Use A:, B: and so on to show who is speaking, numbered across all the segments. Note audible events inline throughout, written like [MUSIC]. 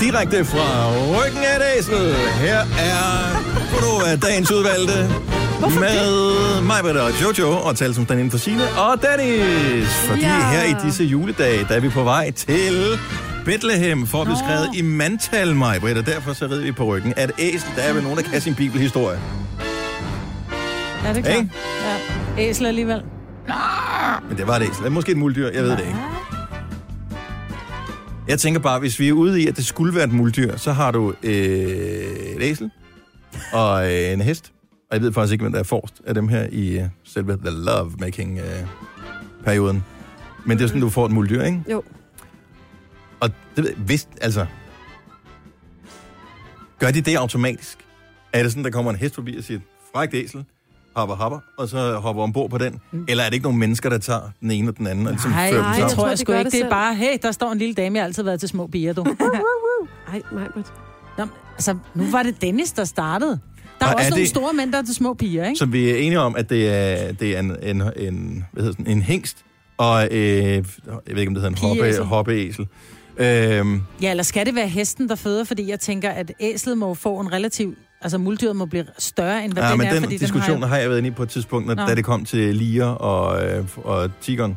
A: direkte fra ryggen af et æsel. Her er Godova, dagens udvalgte. Hvorfor med mig, Britta og Jojo, og tale som inden for Signe og Dennis. Fordi ja.
B: Ja.
A: her i disse juledage, der er vi på vej til Bethlehem for at blive skrevet i mandtal, mig, Britta. Derfor så rider vi på ryggen, at æsel, der er vel nogen, der kan sin bibelhistorie.
C: Ja, det er klart.
A: Ikke? Ah,
C: Ja. Æsel alligevel.
A: Men det var et æsel. Måske et muldyr, jeg ved det ikke. Jeg tænker bare, hvis vi er ude i, at det skulle være et muldyr, så har du øh, et æsel og øh, en hest. Og jeg ved faktisk ikke, hvem der er forrest af dem her i øh, selve The Love-making-perioden. Men det er sådan, du får et muldyr, ikke?
B: Jo.
A: Og det, ved jeg- hvis, altså... Gør de det automatisk? Er det sådan, der kommer en hest forbi og siger, frækt æsel, hopper, hopper, og så hopper ombord på den? Mm. Eller er det ikke nogen mennesker, der tager den ene og den anden? Og ligesom
C: Nej,
A: fører dem
C: det
A: sammen?
C: tror jeg
B: de
C: sgu
B: gør
C: ikke.
B: det
C: Det er
B: selv.
C: bare, hey, der står en lille dame, jeg har altid været til små piger, du.
B: Ej, nej, men...
C: Nå, men, altså, nu var det Dennis, der startede. Der er
A: Og
C: også
A: er
C: nogle
A: det-
C: store mænd, der er til små piger, ikke?
A: Så vi er enige om, at det er, det er en, en, en, hvad hedder sådan, en hengst og, øh, jeg ved ikke, om det hedder en hoppe,
C: Pigeæsel.
A: hoppeæsel. Øhm,
C: Ja, eller skal det være hesten, der føder? Fordi jeg tænker, at æslet må få en relativ... Altså, muldyret må blive større, end hvad
A: ja,
C: den
A: men
C: er,
A: den,
C: fordi
A: diskussion
C: den har...
A: har jeg været inde i på et tidspunkt, når,
C: Nå.
A: da det kom til liger og, øh, og tigeren.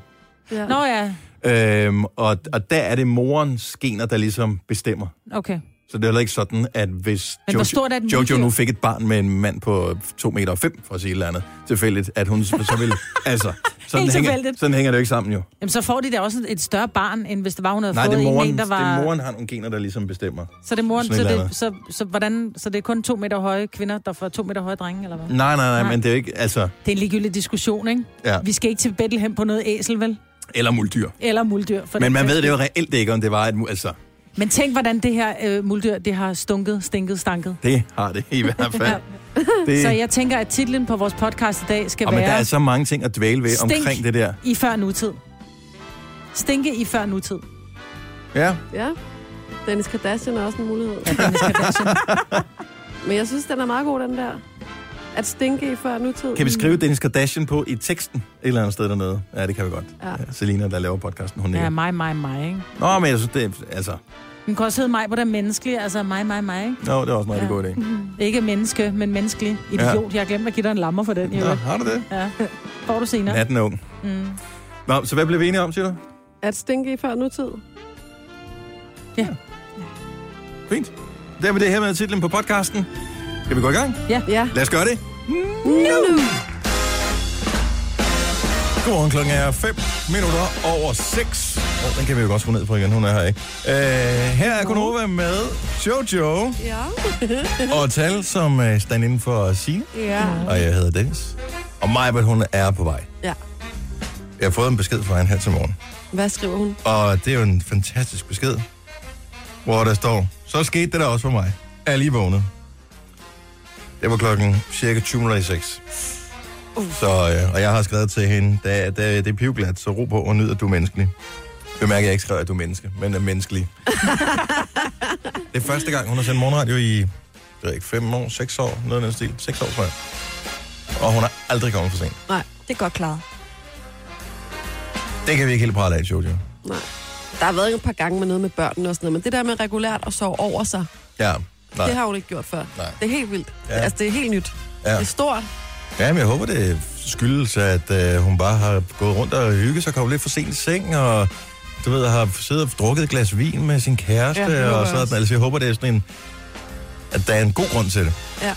B: Ja.
C: jo- Nå ja,
A: Øhm, og, og der er det morens skener, der ligesom bestemmer.
C: okay.
A: Så det er heller ikke sådan, at hvis
C: Men hvor stort er et
A: Jojo, Jojo
C: muldyr?
A: nu fik et barn med en mand på 2 meter og fem, for at sige et eller andet, tilfældigt, at hun så
C: [LAUGHS]
A: ville... altså, sådan,
C: Helt
A: hænger,
C: tilfældigt.
A: sådan hænger det jo ikke sammen jo.
C: Jamen, så får de da også et større barn, end hvis der var, hun havde
A: Nej, det
C: fået
A: er
C: en, med en,
A: moren,
C: der var...
A: det er moren har nogle gener, der ligesom bestemmer.
C: Så det er moren,
A: Sådan
C: så,
A: et eller
C: det, så, så, hvordan, så det er kun to meter høje kvinder, der får to meter høje drenge, eller hvad?
A: Nej, nej, nej,
C: Nej.
A: men det er jo ikke, altså,
C: Det er en ligegyldig diskussion, ikke?
A: ja,
C: Vi skal ikke til Bethlehem på noget æsel, vel?
A: eller muldyr.
C: Eller muldyr. For
A: Men
C: den
A: man
C: sags
A: ved det
C: skyld.
A: jo reelt ikke, om det var et, mu- altså,
C: Men tænk, hvordan det her øh, muldyr, det har stunket, stinket, stanket.
A: det har det i
C: [LAUGHS]
A: hvert fald. Det,
C: Så jeg tænker, at titlen på vores podcast i dag skal
A: og men der
C: være
A: er så mange ting at dvæle ved
C: Stink.
A: omkring det der.
C: I før nutid. Stinke i før nutid.
A: Ja,
B: Ja. Dennis Kardashian er også en mulighed.
C: Ja, Dennis Kardashian.
B: Men jeg synes, den er meget god, den der. At stinke i før nutid.
A: [LAUGHS] kan vi skrive Dennis Kardashian på i teksten et eller andet sted dernede? Ja, det kan vi godt.
B: Ja.
A: Ja. Selina, der laver podcasten, hun
C: ja,
A: nikker.
C: mig, mig, mig, ikke?
A: Nå, men jeg synes, det er, altså,
C: Den kan også hedde mig på den menneskelige, altså mig, mig, mig, ikke?
A: nå, det er også en rigtig
C: Ja.
A: god idé.
C: Mm-hmm. Ikke menneske, men menneskelig. Idiot, jeg har glemt at give dig en lammer for den, jo.
A: Nå, har du det?
C: Ja. Får du senere.
A: Natten er ung.
C: Mm.
A: Nå, så hvad blev vi enige om, siger du?
B: At stinke i før nutid.
A: Fint. Der var det her med titlen på podcasten. Skal vi gå i gang?
B: Ja.
A: Lad os gøre det.
B: Nu.
A: Godmorgen, klokken er 5 minutter over 6. Oh, den kan vi jo godt skrue ned på igen, hun er her ikke. Øh, her er Gunova med Jojo
B: Ja.
D: Ah.
A: og Tal, som øh, stand inden for Signe,
B: Ja.
A: og jeg hedder Dennis. Og Majbert, hun er på vej.
B: Ja.
A: Jeg har fået en besked fra hende her til morgen,
B: Hvad skriver hun?
A: og det er jo en fantastisk besked, hvor der står, så skete det der også for mig. Jeg er lige vågnet. Det var klokken cirka 20 minutter i 6. Så, øh, og jeg har skrevet til hende, da, da, det er pivglat, så ro på og nyd, at du er menneskelig. Bemærker, at jeg ikke skrev, at du er menneske, men er
B: [LAUGHS]
A: menneskelig. det er første gang, hun har sendt morgenradio i, jeg ved ikke, fem år, seks år, noget af den stil. Seks år, tror jeg. Og hun er aldrig kommet for sent.
B: Nej.
D: Det er godt klaret.
A: Det kan vi ikke helt prale af, Jojo.
B: Nej. Der har været et par gange med noget med børnene og sådan noget, men det der med regulært at sove over sig,
A: Ja, nej.
B: Nej. det har hun ikke gjort før.
A: Nej.
B: Det er helt vildt.
A: Ja.
B: Ja. Altså, det er helt nyt. Ja.
A: Ja.
B: Det er stort.
A: Ja, men jeg håber, det skyldes, at øh, hun bare har gået rundt og hygget sig, kommet lidt for sent i seng, og du ved, har siddet og drukket et glas vin med sin kæreste,
B: Ja, det
A: ja,
B: håber
A: og
B: jeg
A: sådan
B: også.
A: Altså, jeg håber, det er sådan en, at der er en god grund til det. [LAUGHS]
B: Ja.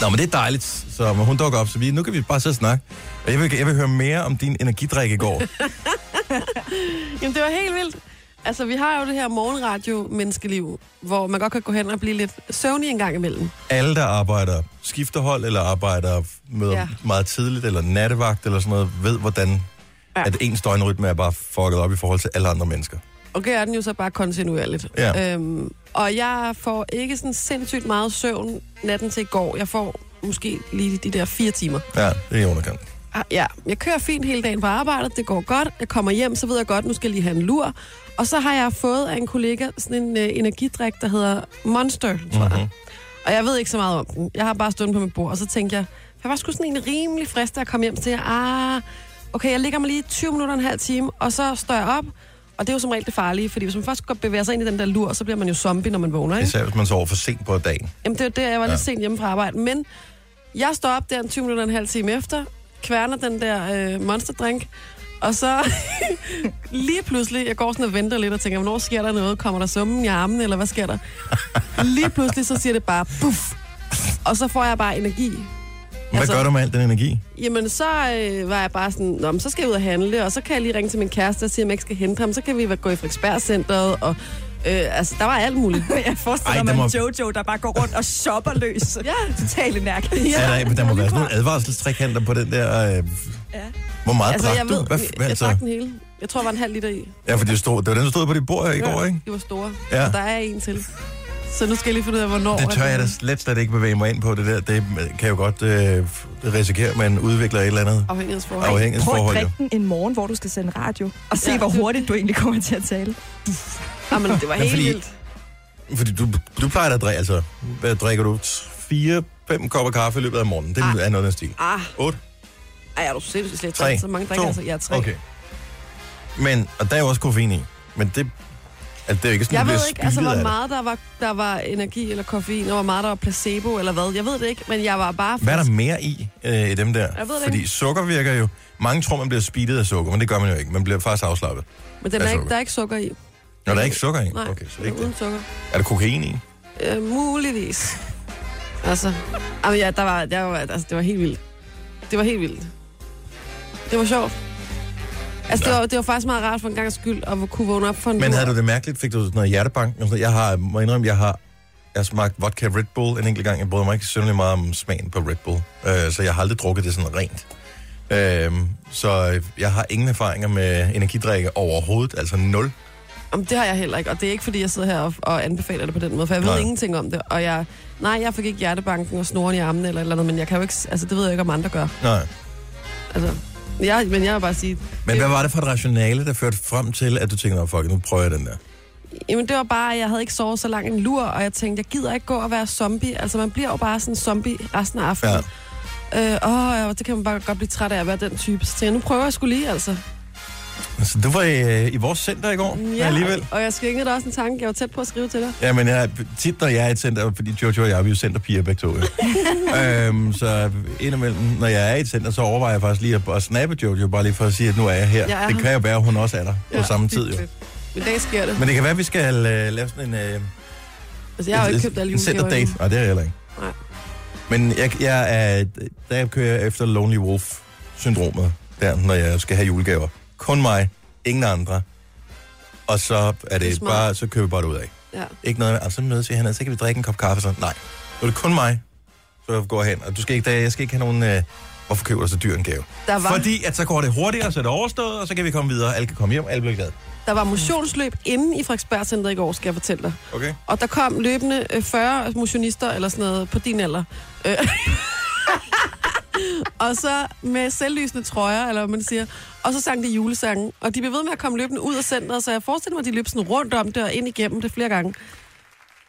A: Nå, men det er dejligt, så men hun dukker op, så vi, nu kan vi bare sidde og snakke. Og jeg vil, jeg vil høre mere om din energidrik i
B: [LAUGHS]
A: går.
B: Jamen, det var helt vildt. Altså, vi har jo det her morgenradio-menneskeliv, hvor man godt kan gå hen og blive lidt søvnig en gang imellem.
A: Alle, der arbejder skifterhold, eller arbejder med ja.
B: Ja.
A: meget tidligt, eller nattevagt, eller sådan noget, ved, hvordan ja.
B: Ja.
A: at ens døgnrytme er bare fucket op i forhold til alle andre mennesker.
B: Og gør den jo så bare kontinuerligt.
A: Ja.
B: Øhm, og jeg får ikke sådan sindssygt meget søvn natten til i går. Jeg får måske lige de der fire timer.
A: Ja, det er i underkant.
B: Ah, Ja, jeg kører fint hele dagen på arbejdet, det går godt. Jeg kommer hjem, så ved jeg godt, nu skal jeg lige have en lur. Og så har jeg fået af en kollega sådan en øh, energidrik, der hedder Monster, tror mm-hmm. jeg. Og jeg ved ikke så meget om den. Jeg har bare stået på mit bord, og så tænkte jeg, jeg var sgu sådan en rimelig frist, da jeg kom hjem til, ah, okay, jeg ligger mig lige 20 minutter, en halv time, og så står jeg op, Og det er jo som regel det farlige, fordi hvis man først går- bevæger sig ind i den der lur, så bliver man jo zombie, når man vågner, ikke?
A: Især hvis man sover for sent på dagen.
B: Jamen, det var der, jeg var
A: Ja.
B: lidt sent hjemme fra arbejde. Men jeg står op der en 20 minutter og en halv time efter, kværner den der øh, monsterdrink, og så [LAUGHS] lige pludselig, jeg går sådan og venter lidt og tænker, hvornår sker der noget? Kommer der summen i armen, eller hvad sker der? lige pludselig, så siger det bare, puff! Og så får jeg bare energi.
A: Hvad
B: Altså-
A: gør du med al den energi?
B: Jamen, så øh, var jeg bare sådan, Nå, men så skal jeg ud og handle, og så kan jeg lige ringe til min kæreste og sige, om jeg ikke skal hente ham. Så kan vi gå i Frederiksberg-centret, og øh, altså, der var alt muligt. [LAUGHS]
D: Jeg forestiller
A: Ej,
D: mig
A: der
D: må...
A: må-
D: Jojo, der bare går rundt og shopper løs.
B: Ja.
D: Totalt energi.
A: Ja,
B: Ja,
A: der, der må være sådan nogle advarselstrikanter på den der... Øh,
D: Ja.
A: hvor meget
B: altså,
A: drak
B: jeg
A: du?
B: ved,
A: Hvad,
B: jeg,
A: hvad
B: jeg
A: altså?
B: drak den hele. Jeg tror, der var en halv liter i.
A: Ja, for det, stod, det var den, der stod på dit bord her i går, ikke?
B: De var store.
A: Ja.
B: Ja. Og der er en til. Så nu skal jeg lige finde ud af, hvornår...
A: Det tør
B: at-
A: jeg da slet, slet ikke bevæge mig ind på, det der. Det kan jo godt øh, risikere, at man udvikler et eller andet
B: Afhængighedsforhold.
D: Afhængig- Prøv at
A: afhængighedsforhold. jo.
D: drikke den en morgen, hvor du skal sende radio, og se,
B: Ja.
D: ja. hvor hurtigt du egentlig kommer til at tale.
B: Jamen, det var
A: Men
B: helt
A: fordi-
B: vildt.
A: Fordi du, du plejer da at drikke, altså, hvad drikker du? T- Fire, fem kopper kaffe i løbet af morgenen. Det
B: Ah.
A: er noget af den stil.
B: Ah,
A: Otte,
B: ej, er du sindssygt slet
A: Tre,
B: ikke så mange drikker?
A: to,
B: Altså, jeg er tre.
A: okay. Men, og der er jo også koffein i. Men det, altså, det er jo ikke sådan,
B: Jeg
A: du
B: ved
A: bliver
B: ikke, altså,
A: spillet af
B: hvor
A: det.
B: meget der var, der var energi eller koffein, og hvor meget der var placebo eller hvad. Jeg ved det ikke, men jeg var bare...
A: Hvad er der mere i, øh, i dem der?
B: Jeg ved det
A: Fordi
B: ikke.
A: sukker virker jo... Mange tror, man bliver speedet af sukker, men det gør man jo ikke. Man bliver faktisk afslappet.
B: Men den er
A: Altså,
B: ikke, der er ikke sukker i.
A: Når der er ikke sukker i?
B: Nej,
A: Okay, så det er
B: den er
A: ikke det.
B: uden sukker.
A: Er der kokain i?
B: Øh, muligvis. Altså, jamen, ja, der var, der var, altså, det var helt vildt. Det var helt vildt. Det var sjovt. Altså, det
A: Nå.
B: var, det var faktisk meget rart for en gang skyld at kunne vågne op for en
A: Men
B: lur.
A: havde du det mærkeligt? Fik du sådan noget hjertebank? Og sådan noget? Jeg har, må indrømme, jeg har jeg har smagt vodka Red Bull en enkelt gang. Jeg bryder mig ikke synderligt meget om smagen på Red Bull. Øh, så jeg har aldrig drukket det sådan rent. Øh, så jeg har ingen erfaringer med energidrikke overhovedet. Altså nul.
B: Om det har jeg heller ikke, og det er ikke, fordi jeg sidder her og, og anbefaler det på den måde, for jeg ved
A: Nej.
B: nej. ingenting om det. Og jeg, nej, jeg fik ikke hjertebanken og snoren i armen eller et eller andet, men jeg kan jo ikke, s- altså, det ved jeg ikke, om andre gør.
A: Nej.
B: Altså, jeg, men jeg vil bare sige,
A: Men hvad var det for et rationale, der førte frem til, at du tænkte, "Nå, fuck, it, nu prøver jeg den der?
B: Jamen, det var bare, at jeg havde ikke sovet så lang en lur, og jeg tænkte, jeg gider ikke gå og være zombie. Altså, man bliver jo bare sådan en zombie resten af aftenen. Ja. Øh, åh, ja, det kan man bare godt blive træt af at være den type. Så tænkte jeg, nu prøver jeg skulle lige, altså.
A: Så Altså, du var øh, i, i vores center i går ja. alligevel?
B: Og jeg skængede dig også en tanke. Jeg var tæt på at skrive til
A: [LAUGHS]
B: dig.
A: Ja, men jeg, tit når jeg er i et center, fordi Jojo og jeg, vi er jo centerpiger begge [LAUGHS] to. jo. øhm, så indimellem, når jeg er i et center, så overvejer jeg faktisk lige at, at snappe Jojo, bare lige for at sige, at nu er jeg her.
B: Jeg er
A: det
B: her.
A: kan jo være, at hun også er der ja, på samme tid. Jo.
B: hyggeligt. I dag sker det.
A: Men det kan være, at vi skal øh, lave sådan en... Øh,
B: Altså, jeg har jo ikke
A: en-
B: købt alle
A: En
B: julegaver.
A: centerdate.
B: endnu.
A: Nej, det er jeg heller ikke.
B: Nej.
A: Men jeg, jeg er, der kører jeg efter Lonely Wolf-syndromet, der, når jeg skal have julegaver. Kun mig, ingen andre. Og så er
B: Det
A: det,
B: er
A: det
B: smart.
A: bare, så kører vi bare det ud af.
B: Ja.
A: Ikke noget med, "Ah, så mødes vi hernede, så kan vi drikke en kop kaffe. Så, nej, nu er det kun mig, så går jeg hen. Og du skal ikke, der, jeg skal ikke have nogen... Øh, hvorfor køber du så dyr en gave?
B: Der var,
A: Fordi at så går det hurtigere, så er det overstået, og så kan vi komme videre. Alle kan komme hjem, alle bliver glade.
B: der var motionsløb inde i Frederiksberg Center i går, skal jeg fortælle dig.
A: Okay?
B: Og der kom løbende øh, 40 motionister eller sådan noget på din alder. Øh. [LAUGHS] og så med selvlysende trøjer, eller hvad man siger. Og så sang de julesange. Og de blev ved med at komme løbende ud af centret, så jeg forestiller mig, at de løb sådan rundt om det og ind igennem det flere gange.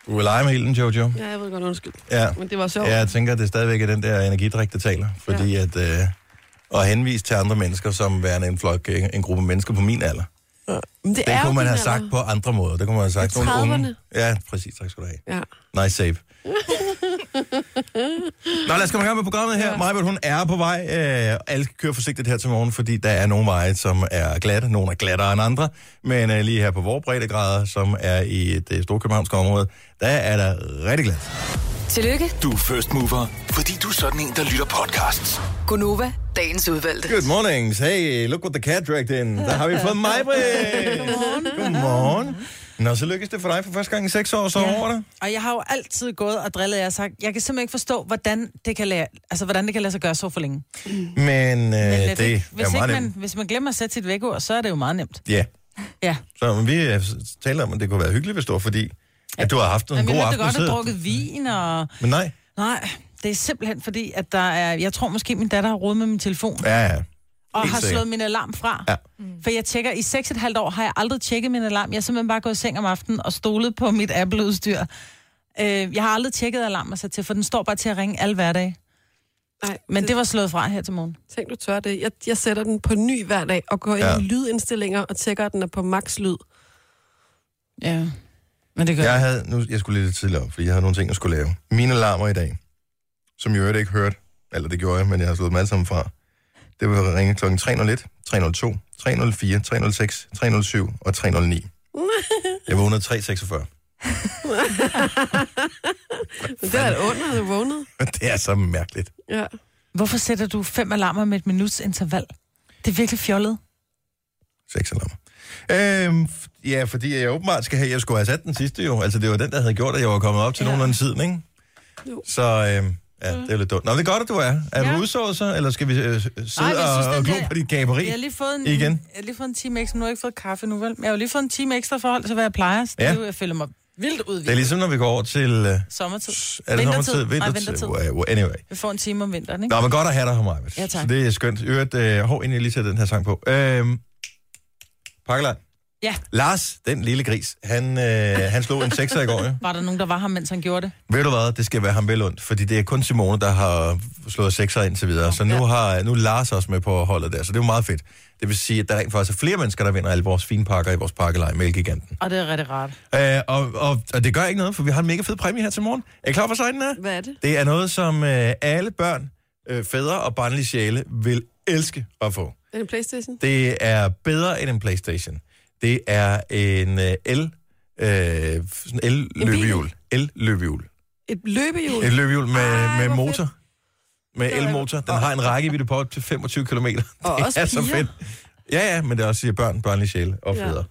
A: Du vil lege med hele den, Jojo.
B: Ja, jeg ved godt, undskyld.
A: Ja.
B: Men det var sjovt.
A: Ja, jeg tænker, at det er stadigvæk er den der energidrik, der taler. Fordi ja. at, øh, at henvise til andre mennesker som værende en flok, en, en gruppe mennesker på min alder.
B: Men det,
A: Det
B: er jo
A: kunne man
B: din
A: have
B: alder.
A: sagt på andre måder. Det kunne man have sagt.
B: I
A: nogle unge.
B: 30'erne.
A: Ja, præcis. Tak skal du have.
B: Ja.
A: Nice save. Nå, lad os komme i gang med programmet her. Ja. Majbert, hun er på vej. Øh, alle skal køre forsigtigt her til morgen, fordi der er nogle veje, som er glatte. Nogle er glattere end andre. Men øh, lige her på vores breddegrader, som er i det store københavnske område, der er der rigtig glat.
E: Tillykke,
F: Du er first mover, fordi du er sådan en, der lytter podcasts.
E: Gunova, dagens udvalgte.
A: Good mornings. Hey, look what the cat dragged in. Der har vi fået mig, Godmorgen. Godmorgen. Nå, så lykkedes det for dig for første gang i seks år, så ja. over dig.
C: Og jeg har jo altid gået og drillet jer og sagt, jeg kan simpelthen ikke forstå, hvordan det kan lade, altså, hvordan det kan lade sig gøre så for længe.
A: Men, øh,
C: Men
A: det
C: let ikke.
A: er
C: Hvis,
A: meget
C: ikke
A: nemt.
C: man, hvis man glemmer at sætte sit vækord, så er det jo meget nemt.
A: Ja,
C: Ja.
A: så men vi øh, talte om, at det kunne være hyggeligt, hvis du var, fordi at du har haft en
C: Men
A: god
C: jeg
A: aften.
C: godt have
A: siddet.
C: drukket vin, og
A: Men nej.
C: nej, det er simpelthen fordi, at der er, jeg tror måske, min datter har rodet med min telefon,
A: Ja, ja.
C: og
A: helt
C: har
A: sikkert.
C: slået min alarm fra.
A: Ja.
C: For jeg tjekker, i 6,5 år har jeg aldrig tjekket min alarm. Jeg er simpelthen bare gået i seng om aftenen og stolet på mit altså, Apple-udstyr. Øh, jeg har aldrig tjekket alarmer sat til, for den står bare til at ringe alle hverdage.
B: Nej,
C: Men det var slået fra her til morgen.
B: Tænk, du tør det. Jeg, jeg sætter den på ny hver dag og går ind
A: Ja.
B: i lydindstillinger og tjekker, at den er på max lyd.
C: Ja. Men det gør
A: Jeg
C: ja.
A: havde, nu, jeg skulle lidt tidligere op, fordi jeg havde nogle ting, jeg skulle lave. Mine alarmer i dag, som jeg øvrigt ikke hørte, eller det gjorde jeg, men jeg har slået dem alle sammen fra. Det var ringe kl. 301, 302, 304, 306, 307 og 309. Jeg vågnede 346.
B: [LAUGHS] Men det er et under, at du vågnede.
A: [LAUGHS] Det er så mærkeligt.
B: Ja.
C: Hvorfor sætter du fem alarmer med et minuts interval? Det er virkelig fjollet.
A: Seks alarmer. Øhm, f- ja, fordi jeg åbenbart skal have, jeg skulle have sat den sidste jo. Altså, det var den, der havde gjort, at jeg var kommet op til ja. nogenlunde tiden, ikke?
B: Jo.
A: Så øhm, ja, det er jo lidt dumt. Nå, men det er godt, at du er. Er ja.
C: Mm. Ja.
A: du udsået så, eller skal vi øh, sidde Ej,
C: Ej, men jeg synes,
A: og,
C: den
A: og glo
C: der-
A: på dit gaberi?
C: Jeg har lige fået en,
A: Igen.
C: Jeg har lige fået en time ekstra. Nu har jeg ikke fået kaffe nu, vel? Men jeg har jo lige fået en time ekstra forhold til, hvad jeg plejer. Så
A: Ja.
C: ja. det er jo, jeg føler mig vildt
A: Det er
C: udvildet.
A: ligesom, når vi går over til... Øh, er
C: Sommertid.
A: det
C: Vintertid.
A: sommertid?
C: Nej,
A: Vintertid.
C: vintertid.
A: Wow, wow, anyway.
C: Vi får en time om vinteren, ikke?
A: Nå, men godt at have dig her, Marvitt.
C: Ja, tak.
A: Så det er skønt. Øvrigt, øh, hov, inden jeg lige sætter den her sang på. Øhm, Pakkeland.
C: Ja.
A: Lars, den lille gris, han, øh, han slog en sekser i går, jo.
C: [LAUGHS] Var der nogen, der var her, mens han gjorde det?
A: Ved du hvad, det skal være ham belundt, fordi det er kun Simone, der har slået sekser indtil videre. Så nu, har, nu er Lars også med på holdet der, så det er jo meget fedt. Det vil sige, at der rent faktisk er flere mennesker, der vinder alle vores fine pakker i vores pakkelej, Mælkegiganten.
C: Og det er rigtig rart.
A: Øh, og, og, og, det gør ikke noget, for vi har en mega fed præmie her til morgen. Er I klar for sejden er?
B: Hvad er det?
A: Det er noget, som øh, alle børn, øh, fædre og barnlige sjæle vil elske at få.
B: Er det en Playstation?
A: Det er bedre end en Playstation. Det er en øh, el, øh, sådan el-løbehjul. El-løbehjul.
B: Et løbehjul?
A: Et løbehjul med,
B: Ej,
A: Ej, med
B: hvor
A: motor. Med
B: Det var-
A: elmotor. Den har en rækkevidde på op til 25 km. [LAUGHS] Det
B: Og også
A: er så
B: piger.
A: fedt. Ja, ja, men det er også siger børn, børnlige sjæle og
B: Ja.
A: fædre.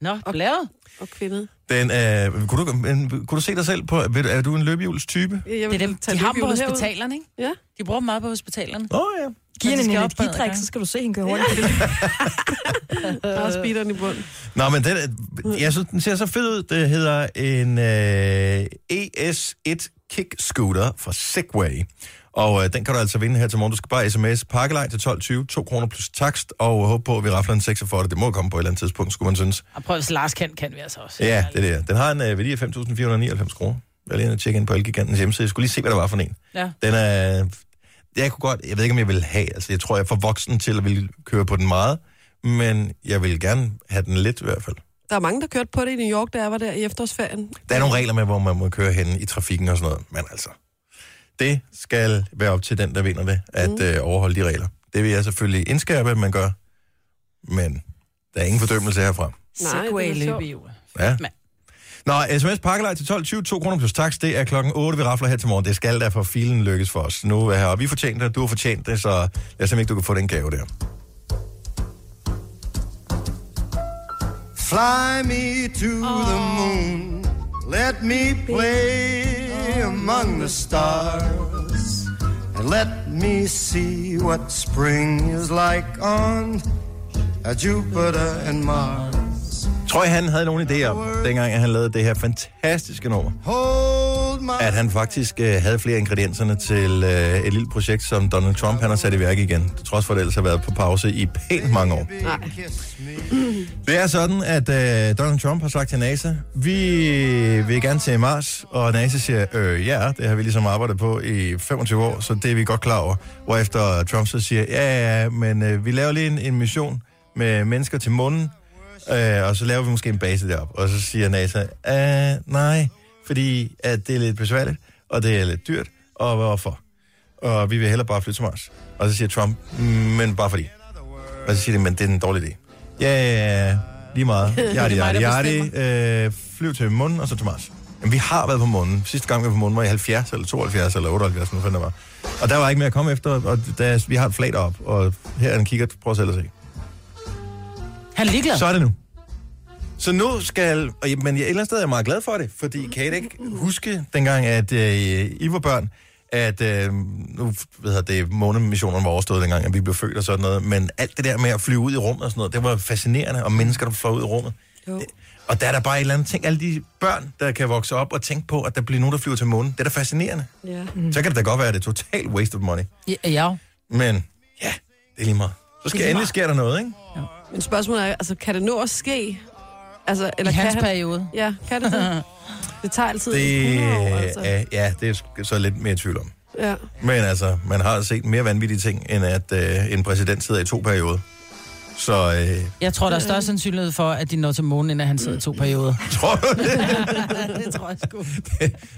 C: Nå, blæret.
B: Og kvindet.
A: Den, øh, kunne, du, men, kunne du se dig selv på, ved du- er du en løbehjulstype?
B: Jeg
C: Det er dem, de har dem på hospitalerne, ikke?
B: Ja.
C: De bruger dem meget på hospitalerne.
A: Åh oh, ja.
D: Giv
C: Men de
D: hende en
C: skal op på
D: energidrik,
C: adgang.
D: så skal du se hende køre hurtigt.
B: Der er speederen i bunden.
A: Nå, men den, er- jeg synes, den ser så fed ud. Det hedder en øh, ES1 Kick Scooter fra Segway. Og øh, den kan du altså vinde her til morgen. Du skal bare sms pakkelej til 12.20, 2 kroner plus takst, og håbe på, at vi rafler en 6 for dig. Det må komme på et eller andet tidspunkt, skulle man synes.
C: Og prøv, hvis Lars kan, kan vi altså også.
A: Ja, det er det. Den har en øh, værdi af 5.499 kroner. Jeg er lige inde og tjekke ind på Elgigantens hjemmeside. Jeg skulle lige se, hvad der var for en.
C: Ja.
A: Den er... Jeg kunne godt... Jeg ved ikke, om jeg vil have... Altså, jeg tror, jeg er for voksen til at ville køre på den meget. Men jeg vil gerne have den lidt i hvert fald.
B: Der er mange, der kørte på det i New York, da jeg var der i efterårsferien.
A: Der er nogle regler med, hvor man må køre henne i trafikken og sådan noget. Men altså, det skal være op til den, der vinder det, at mm. øh, overholde de regler. Det vil jeg selvfølgelig indskærpe, at man gør. Men der er ingen fordømmelse herfra.
B: Nej, det er
C: Segway
B: sjovt.
C: løbehjul.
A: Ja.
C: Mand.
A: Nå, sms pakkelej til 12.20, 2 kroner plus tax, det er klokken 8, vi rafler her til morgen. Det skal da for filen lykkes for os. Nu er her, og vi fortjente det, du har fortjent det, så lad os se, om ikke du kan få den gave der.
G: Fly me to the moon. Let me play among the stars. And let me see what spring is like on uh, Jupiter and Mars.
A: Tror I, han havde nogle idéer om, dengang at han lavede det her fantastiske nummer,
G: Hold my
A: at han faktisk øh, havde flere af ingredienserne til øh, et lille projekt, som Donald Trump han har sat i værk igen, til trods for at det ellers har været på pause i pænt mange år.
G: baby, kiss me.
A: Det er sådan, at øh, Donald Trump har sagt til NASA, vi vil gerne til Mars, og NASA siger, øh, ja, det har vi ligesom arbejdet på i 25 år, så det er vi godt klar over. Hvorefter Trump så siger, ja, ja, men øh, vi laver lige en, en mission med mennesker til månen, øh, og så laver vi måske en base derop. Og så siger NASA, øh, nej, fordi at det er lidt besværligt, og det er lidt dyrt, og hvorfor? Og vi vil hellere bare flytte til Mars. Og så siger Trump, "Mm, men bare fordi. Og så siger de, men det er en dårlig idé. Ja, ja, ja, lige
C: [LAUGHS]
A: meget. Yardi,
C: mig,
A: yardi,
C: der
A: yardi. Øh, flyv til månen, og så til Mars. Jamen, vi har været på månen. Sidste gang vi var på månen var i 70, eller 72, eller 78, eller hvad fanden det var. Og der var ikke mere at komme efter, og der, vi har et flag op, og her er en kigger, prøv selv at se.
C: Han er ligeglad.
A: Så er det nu. Så nu skal... og ja, Men jeg, et eller andet sted er jeg meget glad for det, fordi kan I ikke huske, dengang at øh, I var børn, at øh, nu ved jeg, det, månemissionerne var overstået dengang, at vi blev født og sådan noget, men alt det der med at flyve ud i rummet og sådan noget, det var fascinerende, og mennesker, der fløj ud i rummet. Det, og der er der bare et eller andet ting, alle de børn, der kan vokse op og tænke på, at der bliver nogen, der flyver til månen, det er da fascinerende.
B: Ja.
A: Mm. Så kan det da godt være, at det er total waste of money,
C: Ja, ja.
A: men ja, det er lige meget. Så skal endelig sker der noget, ikke?
B: Men spørgsmålet er, altså, kan det nå at ske? Altså, eller
C: I
B: kan
C: hans
B: han...
C: periode. [LAUGHS]
B: Ja, kan det det? Det tager altid
A: Det
B: 100 år, altså.
A: er, ja, det er jeg sgu så lidt mere i tvivl om.
B: Ja. Ja.
A: Men altså, man har set mere vanvittige ting, end at øh, en præsident sidder i to perioder. Så øh,
C: Jeg tror, der er større sandsynlighed for, at de når til månen, inden han sidder i to perioder.
A: tror du det?
C: [LAUGHS] det tror jeg sgu.
A: [LAUGHS]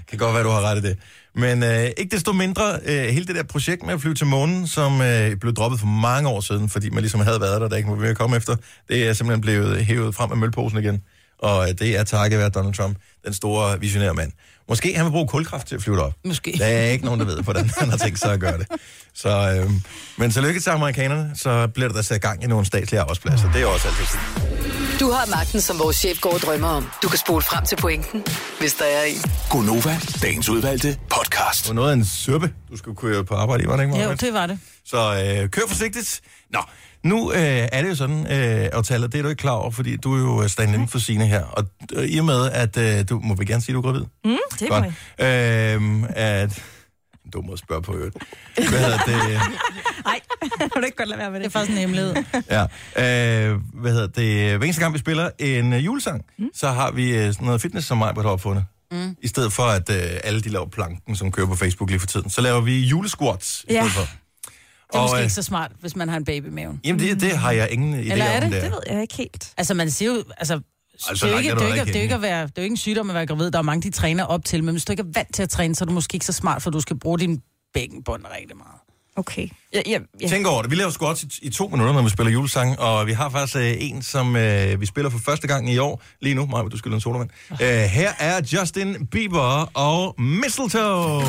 A: kan godt være, du har ret i det. Men øh, ikke desto mindre, øh, hele det der projekt med at flyve til månen, som øh, blev droppet for mange år siden, fordi man ligesom havde været der, der ikke var mere at komme efter, det er simpelthen blevet hævet frem af mølposen igen. Og øh, det er takket være Donald Trump, den store visionære mand. Måske han vil bruge kulkraft til at flyve derop.
C: Måske.
A: Der er ikke nogen, der ved, hvordan han har tænkt sig at gøre det. Så, øh, men tillykke til amerikanerne, så bliver der da sat gang i nogle statslige arbejdspladser. Det er også altid fint.
E: Du har magten, som vores chef går og drømmer om. Du kan spole frem til pointen, hvis der er en.
F: Gonova, dagens udvalgte podcast.
A: Det var noget af en sørpe, du skulle køre på arbejde i, var det ikke,
C: Jo,
A: Marvind?
C: det var det.
A: Så øh, kør forsigtigt. Nå, nu øh, er det jo sådan, øh, og taler, det er du ikke klar over, fordi du er jo øh, stand inden for sine her. Og øh, i og med, at øh, du må vi gerne sige, at du er gravid.
D: Mm, det er
A: Godt.
D: mig.
A: Øhm, at... Du må spørge på øvrigt. Hvad hedder det?
D: [LAUGHS] Nej, [LAUGHS] kan du ikke godt lade være med
C: Det er
D: det?
C: faktisk en
D: [LAUGHS]
C: hemmelighed.
A: Ja. Øh, hvad hedder det? Hver eneste gang, vi spiller en øh, julesang, mm. så har vi øh, sådan noget fitness, som mig har opfundet. Mm. I stedet for, at øh, alle de laver planken, som kører på Facebook lige for tiden, så laver vi julesquats i
D: Ja.
A: stedet for.
C: Det er måske
A: øh,
C: ikke så smart, hvis man har en baby i maven.
A: Jamen, det, det har jeg ingen idé
C: Eller er
A: om.
C: det?
A: der.
D: Det ved jeg ikke helt.
C: Altså, man siger jo... Altså,
A: Altså,
C: det, er jo
A: langt
C: ikke,
A: er
C: det,
A: du
C: er jo ikke,
A: ikke
C: det, er jo ikke at være, det er jo ikke en sygdom at være gravid. Der er mange, de træner op til. Men hvis du ikke er vant til at træne, så er du måske ikke så smart, for du skal bruge din bækkenbund rigtig meget.
D: Okay. Ja, ja, ja.
A: Tænk over det. Vi laver squats i, i to minutter, når vi spiller julesang, og vi har faktisk øh, en, som øh, vi spiller for første gang i år. Lige nu, Maja, du skylder en sodavand. Øh,
C: Ah.
A: her er Justin Bieber og Mistletoe.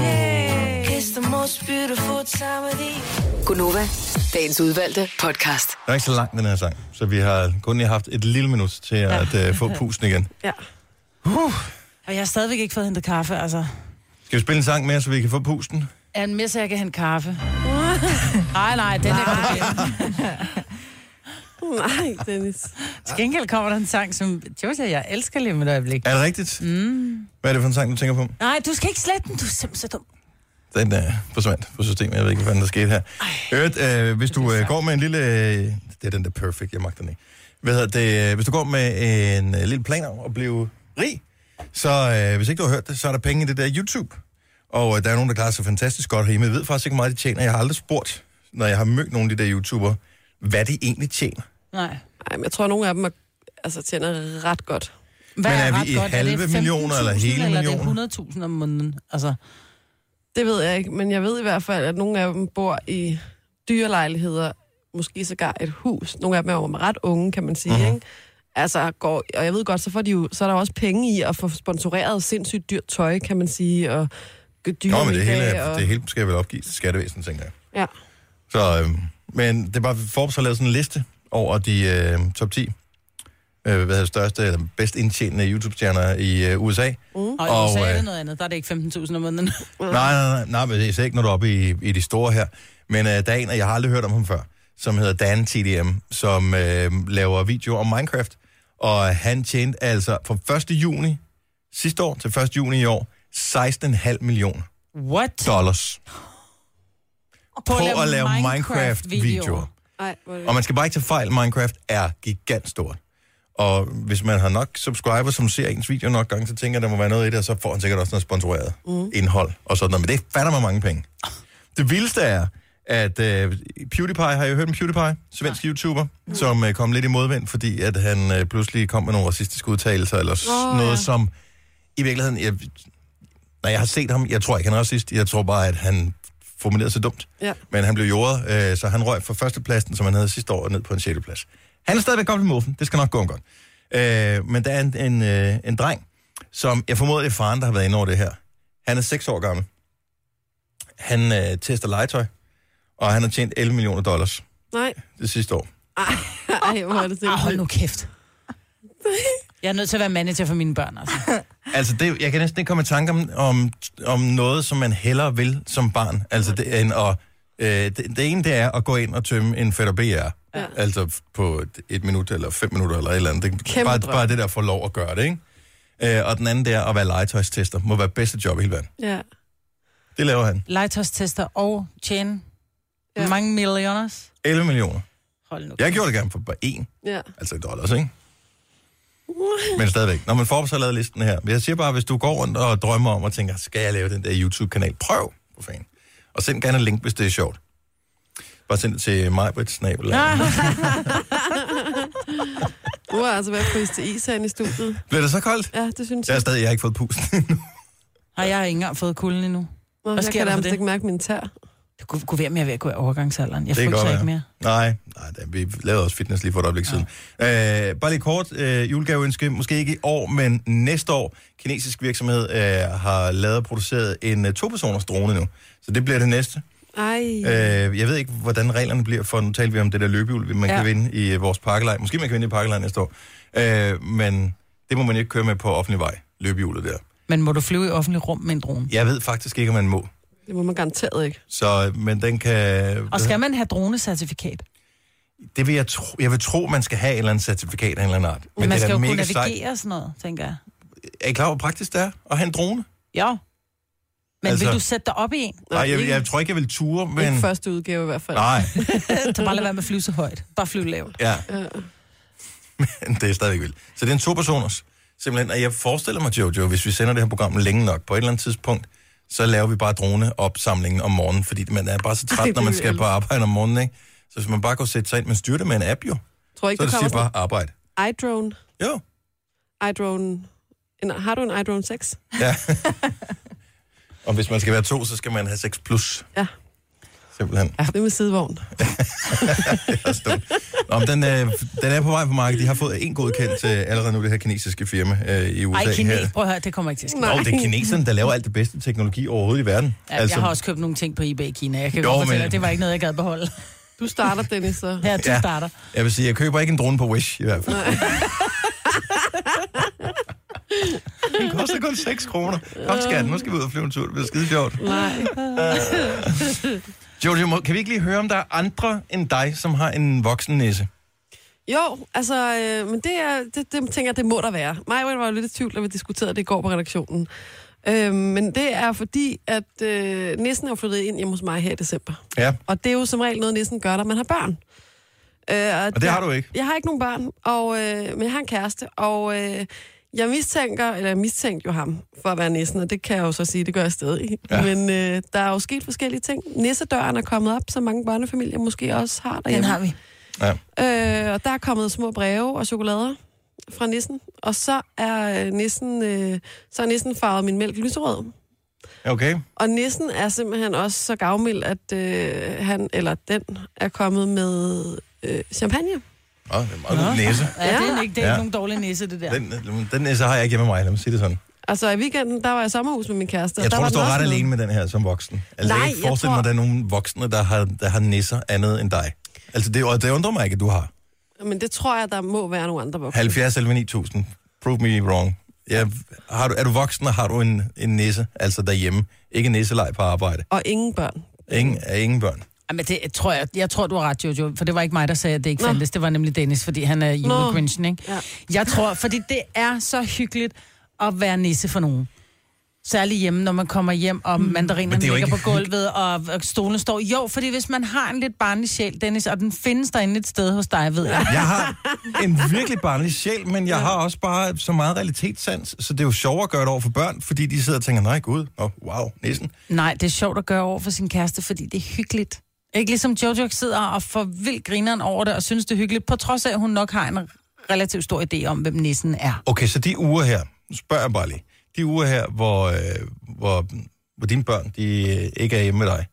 E: Gunova, dagens udvalgte podcast.
A: Der er ikke så lang den her sang, så vi har kun lige haft et lille minut til at øh,
C: [LAUGHS]
A: få pusten igen.
B: ja.
C: Og jeg har stadigvæk ikke fået hentet kaffe, altså.
A: Skal vi spille en sang mere, så vi kan få pusten?
C: Er en misser, jeg kan hente kaffe? [LAUGHS] nej, nej, den er kommet
D: [LAUGHS]
B: Nej, Dennis.
C: Til gengæld kommer der en sang, som Josie og jeg elsker lige med et øjeblik.
A: Er det rigtigt? Mm. Hvad er det for en sang, du tænker på?
C: Nej, du skal ikke slette den, du er simpelthen så dum.
A: Den øh, forsvandt på systemet. Jeg ved ikke, hvad fanden der skete her. Øvrigt, øh, hvis du øh, går med en lille... Øh, det er den der perfect, jeg magter den ikke. Hvad hedder det? øh, Hvis du går med en øh, lille plan om at blive rig, så øh, hvis ikke du har hørt det, så er der penge i det der YouTube. Og øh, der er nogen, der klarer sig fantastisk godt herhjemme. Jeg ved faktisk ikke, hvor meget de tjener. Jeg har aldrig spurgt, når jeg har mødt nogle af de der YouTubere, hvad de egentlig tjener.
C: Nej.
B: Ej, men jeg tror, nogle af dem er, altså, tjener ret godt.
C: Hvad
A: Men er vi
C: ret
A: i halve
C: det
A: millioner eller
C: 15.000,
A: hele
C: Eller er det 100.000 om måneden? Altså,
B: Det ved jeg ikke, men jeg ved i hvert fald, at nogle af dem bor i dyrelejligheder, måske sågar et hus. Nogle af dem er jo ret unge, kan man sige,
A: Mhm.
B: mm-hmm. ikke? Altså, går, og jeg ved godt, så, får de jo, så er der også penge i at få sponsoreret sindssygt dyrt tøj, kan man sige, og g- dyre
A: Nå, men det hele,
B: middage,
A: er- det hele skal jeg vel opgive til skattevæsenet, tænker jeg.
C: [LAUGHS]
B: Ja.
A: Så, øh, men det er bare, Forbes har lavet sådan en liste over de øh, top 10 øh, hvad hedder, største eller bedst indtjenende YouTube-stjerner i øh, USA. Mm.
C: og,
A: Og,
C: og USA er
A: øh,
C: det noget andet. Der er det ikke 15.000 om måneden.
A: Nej, [LAUGHS] nej, nej, nej, men det er især ikke, når du er oppe i, i de store her. Men øh, der er en, og jeg har aldrig hørt om ham før, som hedder Dan TDM, som øh, laver video om Minecraft. Og han tjente altså fra 1. juni sidste år til 1. juni i år 16,5 millioner
C: What?
A: dollars på at lave Minecraft-videoer.
C: Minecraft-videoer.
B: Ej, hvor er det-
A: Og man skal bare ikke tage fejl, Minecraft er gigantstort. Og hvis man har nok subscriber, som ser ens video nok gange, så tænker jeg, der må være noget i det, og så får han sikkert også noget sponsoreret mm. indhold og sådan noget. Men det fatter mig mange penge. Det vildeste er, at øh, PewDiePie, har I hørt om PewDiePie? Svensk YouTuber, som øh, kom lidt i modvind, fordi at han øh, pludselig kom med nogle racistiske udtalelser, eller oh,
B: Åh,
A: noget, ja.
B: ja.
A: som i virkeligheden... Jeg, når jeg har set ham, jeg tror ikke, han er racist. Jeg tror bare, at han formulerede sig dumt.
B: Ja.
A: Men han blev jordet, øh, så han røg fra førstepladsen, som han havde sidste år, ned på en sjetteplads. Han er stadigvæk godt i muffen. Det skal nok gå om godt. Øh, men der er en, en, øh, en dreng, som jeg formoder, det er faren, der har været inde over det her. Han er 6 år gammel. Han øh, tester legetøj, og han har tjent 11 millioner dollars
B: Nej,
A: det sidste år.
B: ej, hvor er det
C: Ah, hold
B: sindssygt.
C: nu
B: [LAUGHS]
C: kæft. Jeg er nødt til at være manager for mine børn, altså.
A: Altså, det, jeg kan næsten ikke komme i tanke om, om, om noget, som man hellere vil som barn. Altså, det, end at, øh, det, det ene, det er at gå ind og tømme en fætter BR. Ja. Altså, f- på et, et minut eller fem minutter eller et eller andet. Det,
B: Kæmpe
A: bare,
B: drøm.
A: bare det der for lov at gøre det, ikke? Øh, og den anden, det er at være legetøjstester. Må være bedste job i hele verden.
B: Ja.
A: Det laver han.
C: Legetøjstester og tjene
B: Ja.
C: ja. mange millioners.
A: 11 millioner.
C: Hold nu.
A: Jeg gjorde det gerne for bare én.
B: ja.
A: Altså dollars, ikke? Men stadigvæk. Når man Forbes har lavet listen her. Men Jeg siger bare, hvis du går rundt og drømmer om og tænker, skal jeg lave den der YouTube-kanal? Prøv, for fanden. Og send gerne en link, hvis det er sjovt. Bare send det til majbritsnabel.
C: Ah.
A: Ja.
B: Nu er jeg altså ved at fryse til is herinde i studiet.
A: Bliver det så koldt?
B: Ja, det synes
A: Jeg er
B: jeg.
A: stadig, jeg har ikke fået pusten endnu.
C: Har jeg ikke engang fået kulden endnu?
B: Nå,
C: Hvad
B: jeg
C: sker
B: kan
C: der for
B: nærmest
C: det?
B: ikke mærke min
A: Øh,
B: tær.
C: Det kunne, kunne være mere ved at gå i overgangsalderen.
A: [LAUGHS]
C: Jeg
A: Det kan
C: fryser
A: godt
C: ikke
A: være.
C: mere. Ah.
A: Nej, nej da, vi lavede også fitness lige for et øjeblik siden. Øh, bare lige kort øh, julegaveønske. Måske ikke i år, men næste år. Kinesisk virksomhed øh, har lavet og produceret en øh, to-personers drone nu. Så det bliver det næste.
B: Ej.
A: Øh, jeg ved ikke, hvordan reglerne bliver, for nu talte vi om det der løbehjul, man ja.
C: Ja.
A: kan vinde i øh, vores parkelej. Måske man kan vinde i parkelej næste år. Øh, men det må man ikke køre med på offentlig vej, løbehjulet der.
C: Men må du flyve i offentlig rum med en drone?
A: Jeg ved faktisk ikke, om man må.
B: Det må man garanteret ikke.
A: Så, øh, men den kan...
C: Og skal man have dronecertifikat?
A: Det vil jeg tro, jeg vil tro, man skal have et eller andet certifikat af en eller anden art. Men
C: man
A: det
C: skal
A: er
C: jo
A: da
C: kunne
A: mega
C: navigere
A: sejt.
C: og sådan noget, tænker jeg.
A: Er I klar over, hvor praktisk det er at have en drone?
C: Jo. Men
A: Altså-
C: altså, vil du sætte dig op i en?
A: Nej, jeg, jeg tror ikke, jeg vil ture, men...
B: Ikke første udgave i hvert fald.
C: [LAUGHS]
A: Nej,
C: Så bare lade være med at flyve så højt. Bare flyve lavt.
A: ja,
B: Ja.
A: men [LAUGHS] det er stadigvæk vildt. Så det er en to-personers. Simpelthen, og jeg forestiller mig, Jojo, hvis vi sender det her program længe nok, på et eller andet tidspunkt, så laver vi bare droneopsamlingen om morgenen, fordi man er bare så træt,
B: [LAUGHS] det
A: når man
B: vil jeg
A: skal på
B: elske.
A: arbejde om morgenen, ikke? Så hvis man bare går sætte sig ind, man styrer det med en app jo,
B: Tror
A: så
B: ikke,
A: er
B: der
A: det
B: kommer
A: siger
B: sådan
A: bare arbejde.
B: en iDrone.
A: Jo,
B: iDrone. En, har du en iDrone 6? [LAUGHS]
A: og hvis man skal være to, så skal man have 6 plus.
B: Ja.
A: Simpelthen.
B: Det er med
A: [LAUGHS]
B: sidevogn.
A: Også dumt. Nå, men den, øh, den er på vej på markedet. De har fået en godkendt øh, allerede nu, det her kinesiske firma øh, i USA.
C: Ej,
A: her.
C: kine, prøv at høre, det kommer ikke til at ske.
B: Nej.
A: Og det er kineserne, der laver alt det bedste teknologi overhovedet i verden.
C: Ja, altså, jeg har også købt nogle ting på eBay i Kina. Jeg kan
A: Jo,
C: jo, godt fortælle,
A: men-
C: men... at det var ikke noget, jeg gad beholde.
B: Du starter, Dennis, så.
C: Ja, du
A: Ja.
C: ja. starter.
A: jeg vil sige, jeg køber ikke en drone på Wish i hvert fald. Den koster kun 6 kroner. Kom, skat, nu skal vi ud og flyve en tur. Det bliver skide sjovt. Øh.
B: Nej.
A: Jojo, må- kan vi ikke lige høre, om der er andre end dig, som har en voksen nisse?
B: Jo, altså, øh, men det, er, det, det tænker jeg, det må der være. Mig var jo lidt i tvivl, da vi diskuterede det i går på redaktionen. Øh, men det er fordi, at øh, næsten er jo flyttet ind hjemme hos mig her i december.
A: [LAUGHS] Ja,
B: Og det er jo som regel noget, næsten gør, når man har børn. Øh,
A: og det har du ikke.
B: Jeg har ikke nogen børn, og, øh, men jeg har en kæreste, og øh, jeg mistænker, eller jeg mistænkte jo ham for at være nissen, og det kan jeg jo så sige, det gør jeg stadig.
A: Ja.
B: Ja. Men øh, der er jo sket forskellige ting. Nissedøren er kommet op, som mange børnefamilier måske også har derhjemme.
C: Den har vi.
A: Ja.
B: Øh, og der er kommet små breve og chokolader fra nissen, og så er øh, nissen, øh, så er nissen farvet min mælk lyserød.
A: Okay.
B: Og nissen er simpelthen også så gavmild, at øh, han eller den er kommet med øh, champagne.
A: Åh, det er en meget god næse.
C: Ja, ja. det er ikke, det er
A: Ja.
C: ikke nogen dårlig nisse, det der. Den...
A: Den, den næse har jeg ikke hjemme med mig, lad mig sige det sådan.
B: Altså i weekenden, der var jeg i sommerhus med min kæreste. og
A: Jeg
B: der
A: tror,
B: var
A: du står
B: den også
A: ret
B: med.
A: alene med den her som voksen. Altså,
B: Nej,
A: jeg kan ikke
B: jeg
A: forestille mig,
B: tror-
A: at der er nogen voksne, der har, der har nisser andet end dig. Altså, det, og det undrer mig ikke, at du har.
B: Men det tror jeg, der må være nogle andre voksne.
A: 70 11 9000. Prove me wrong. Ja, har du, er du voksen, og har du en, en nisse, altså derhjemme? Ikke en nisselej på arbejde.
B: Og ingen børn.
A: Ingen, er ingen børn.
C: Jamen, det tror jeg, jeg tror, du har ret, Jojo, for det var ikke mig, der sagde, at det ikke
B: Nå.
C: fandtes. Det var nemlig Dennis, fordi han er julegrinchen, ikke?
B: Ja.
C: Jeg tror, fordi det er så hyggeligt at være nisse for nogen. Særligt hjemme, når man kommer hjem, og
B: Mm.
C: mandarinerne
A: Men det er jo
C: ligger
A: ikke
C: på gulvet, og og stolen står... Jo, fordi hvis man har en lidt barnlig sjæl, Dennis, og den findes derinde et sted hos dig, ved jeg.
A: Jeg har en virkelig barnlig sjæl, men jeg har også bare så meget realitetssans, så det er jo sjovere at gøre det over for børn, fordi de sidder og tænker, nej gud, oh, wow, nissen.
C: Nej, det er sjovt at gøre over for sin kæreste, fordi det er hyggeligt. Ikke ligesom Jojo sidder og får vildt grineren over det, og synes det er hyggeligt, på trods af, at hun nok har en relativt stor idé om, hvem nissen er.
A: Okay, så de uger her, nu spørger jeg bare lige, de uger her, hvor, øh, hvor, hvor dine børn de, øh, ikke er hjemme med dig,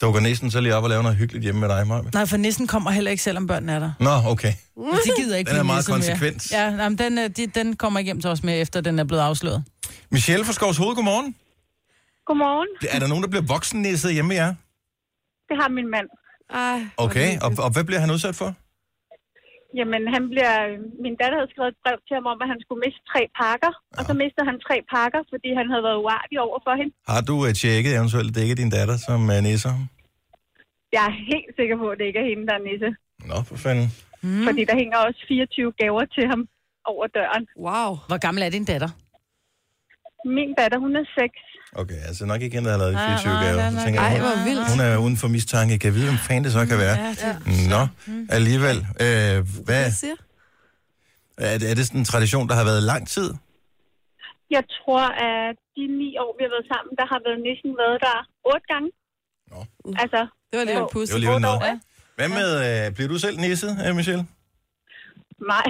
A: dukker næsten så lige op og laver noget hyggeligt hjemme med dig, Maja.
C: Nej, for nissen kommer heller ikke, selvom børnene er der.
A: Nå, okay.
H: Mm.
C: Men De gider ikke
A: Den er
C: blive
A: meget
C: nisset mere.
A: konsekvent.
C: Ja, nej, men den, øh, de, den kommer ikke hjem til os med, efter den er blevet afsløret.
A: Michelle fra Skovs Hoved, godmorgen.
H: Godmorgen.
A: Er der nogen, der bliver voksennæsset hjemme med jer?
H: Det har min mand.
B: Ej, hvor
A: Okay,
B: hyggeligt.
A: og, og hvad bliver han udsat for?
H: Jamen, han bliver... Min datter havde skrevet et brev til ham om, at han skulle miste tre pakker. Ja. Og så mistede han tre pakker, fordi han havde været uartig over for hende.
A: Har du uh, tjekket eventuelt dækket din datter som uh, nisser?
H: Jeg er helt sikker på, at det ikke er hende, der er nisse.
A: Nå, for fanden.
B: Hmm.
H: Mm. Fordi der hænger også 24 gaver til ham over døren.
B: Wow.
C: Hvor gammel er din datter?
H: Min datter, hun er 6.
A: Okay, altså nok ikke hende, der har lavet de 24
C: nej,
A: gaver.
C: nej,
A: Så
C: nej.
A: tænker
B: Ej,
A: jeg,
B: hvor vildt.
A: hun er uden for mistanke. Kan jeg vide, hvem fanden det så kan være? Nå, alligevel. Øh, hvad,
B: Hvad siger?
A: er, det- er det sådan en tradition, der har været lang tid?
H: Jeg tror, at de ni år, vi har været sammen, der har været nissen været der otte gange.
A: Nå.
H: Altså,
B: Uh. Det var lidt
H: Jo.
B: en pussy.
A: Det var lige noget.
C: Ja.
A: Hvad med, øh, bliver du selv nisset, øh, Michelle?
H: nej.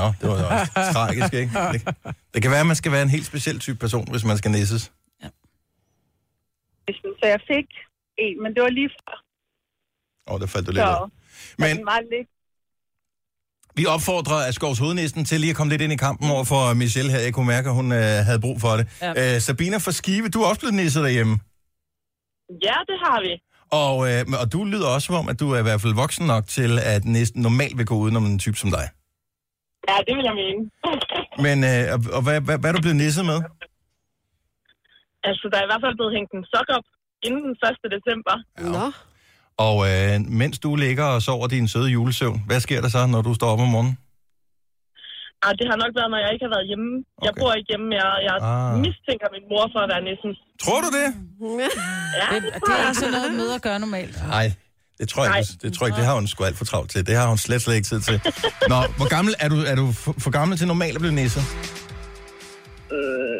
A: Nå, det var da også tragisk, ikke? Det, det kan være, at man skal være en helt speciel type person, hvis man skal nisses.
H: Så jeg fik en, men det var lige før.
A: Åh, oh, der faldt du lidt
H: Så
A: af. Men
H: den var lidt
A: vi opfordrer Askovs hovednæsten til lige at komme lidt ind i kampen over for Michelle her. Jeg kunne mærke, at hun øh, havde brug for det. Ja. Øh, Sabina fra Skive, du er også blevet nisset derhjemme.
H: Ja, det har vi.
A: Og, øh, og du lyder også som om, at du er i hvert fald voksen nok til, at næsten normalt vil gå udenom en type som dig.
H: Ja, det vil jeg mene. [LAUGHS]
A: Men øh, og, og hvad, hvad, hvad er du blevet nisset med?
H: altså, der er i hvert fald blevet hængt en sok op inden den 1. december.
B: Nå.
A: Og øh, mens du ligger og sover din søde julesøvn, hvad sker der så, når du står op om morgenen?
H: Ah, det har nok været, når jeg ikke har været hjemme. Okay. Jeg
A: Okay.
H: bor ikke hjemme. Jeg, jeg
A: Ah.
H: ah. mistænker min mor for at være nissen.
A: Tror du det?
H: [LAUGHS] Ja,
C: Det, det er ikke sådan noget, møder gør normalt.
A: Nej, det tror jeg ikke. Det tror jeg ikke. Det har hun sgu alt for travlt til. Det har hun slet, slet ikke tid [LAUGHS] til. Nå, hvor gammel er du? Er du for, for gammel til normalt at blive nisset?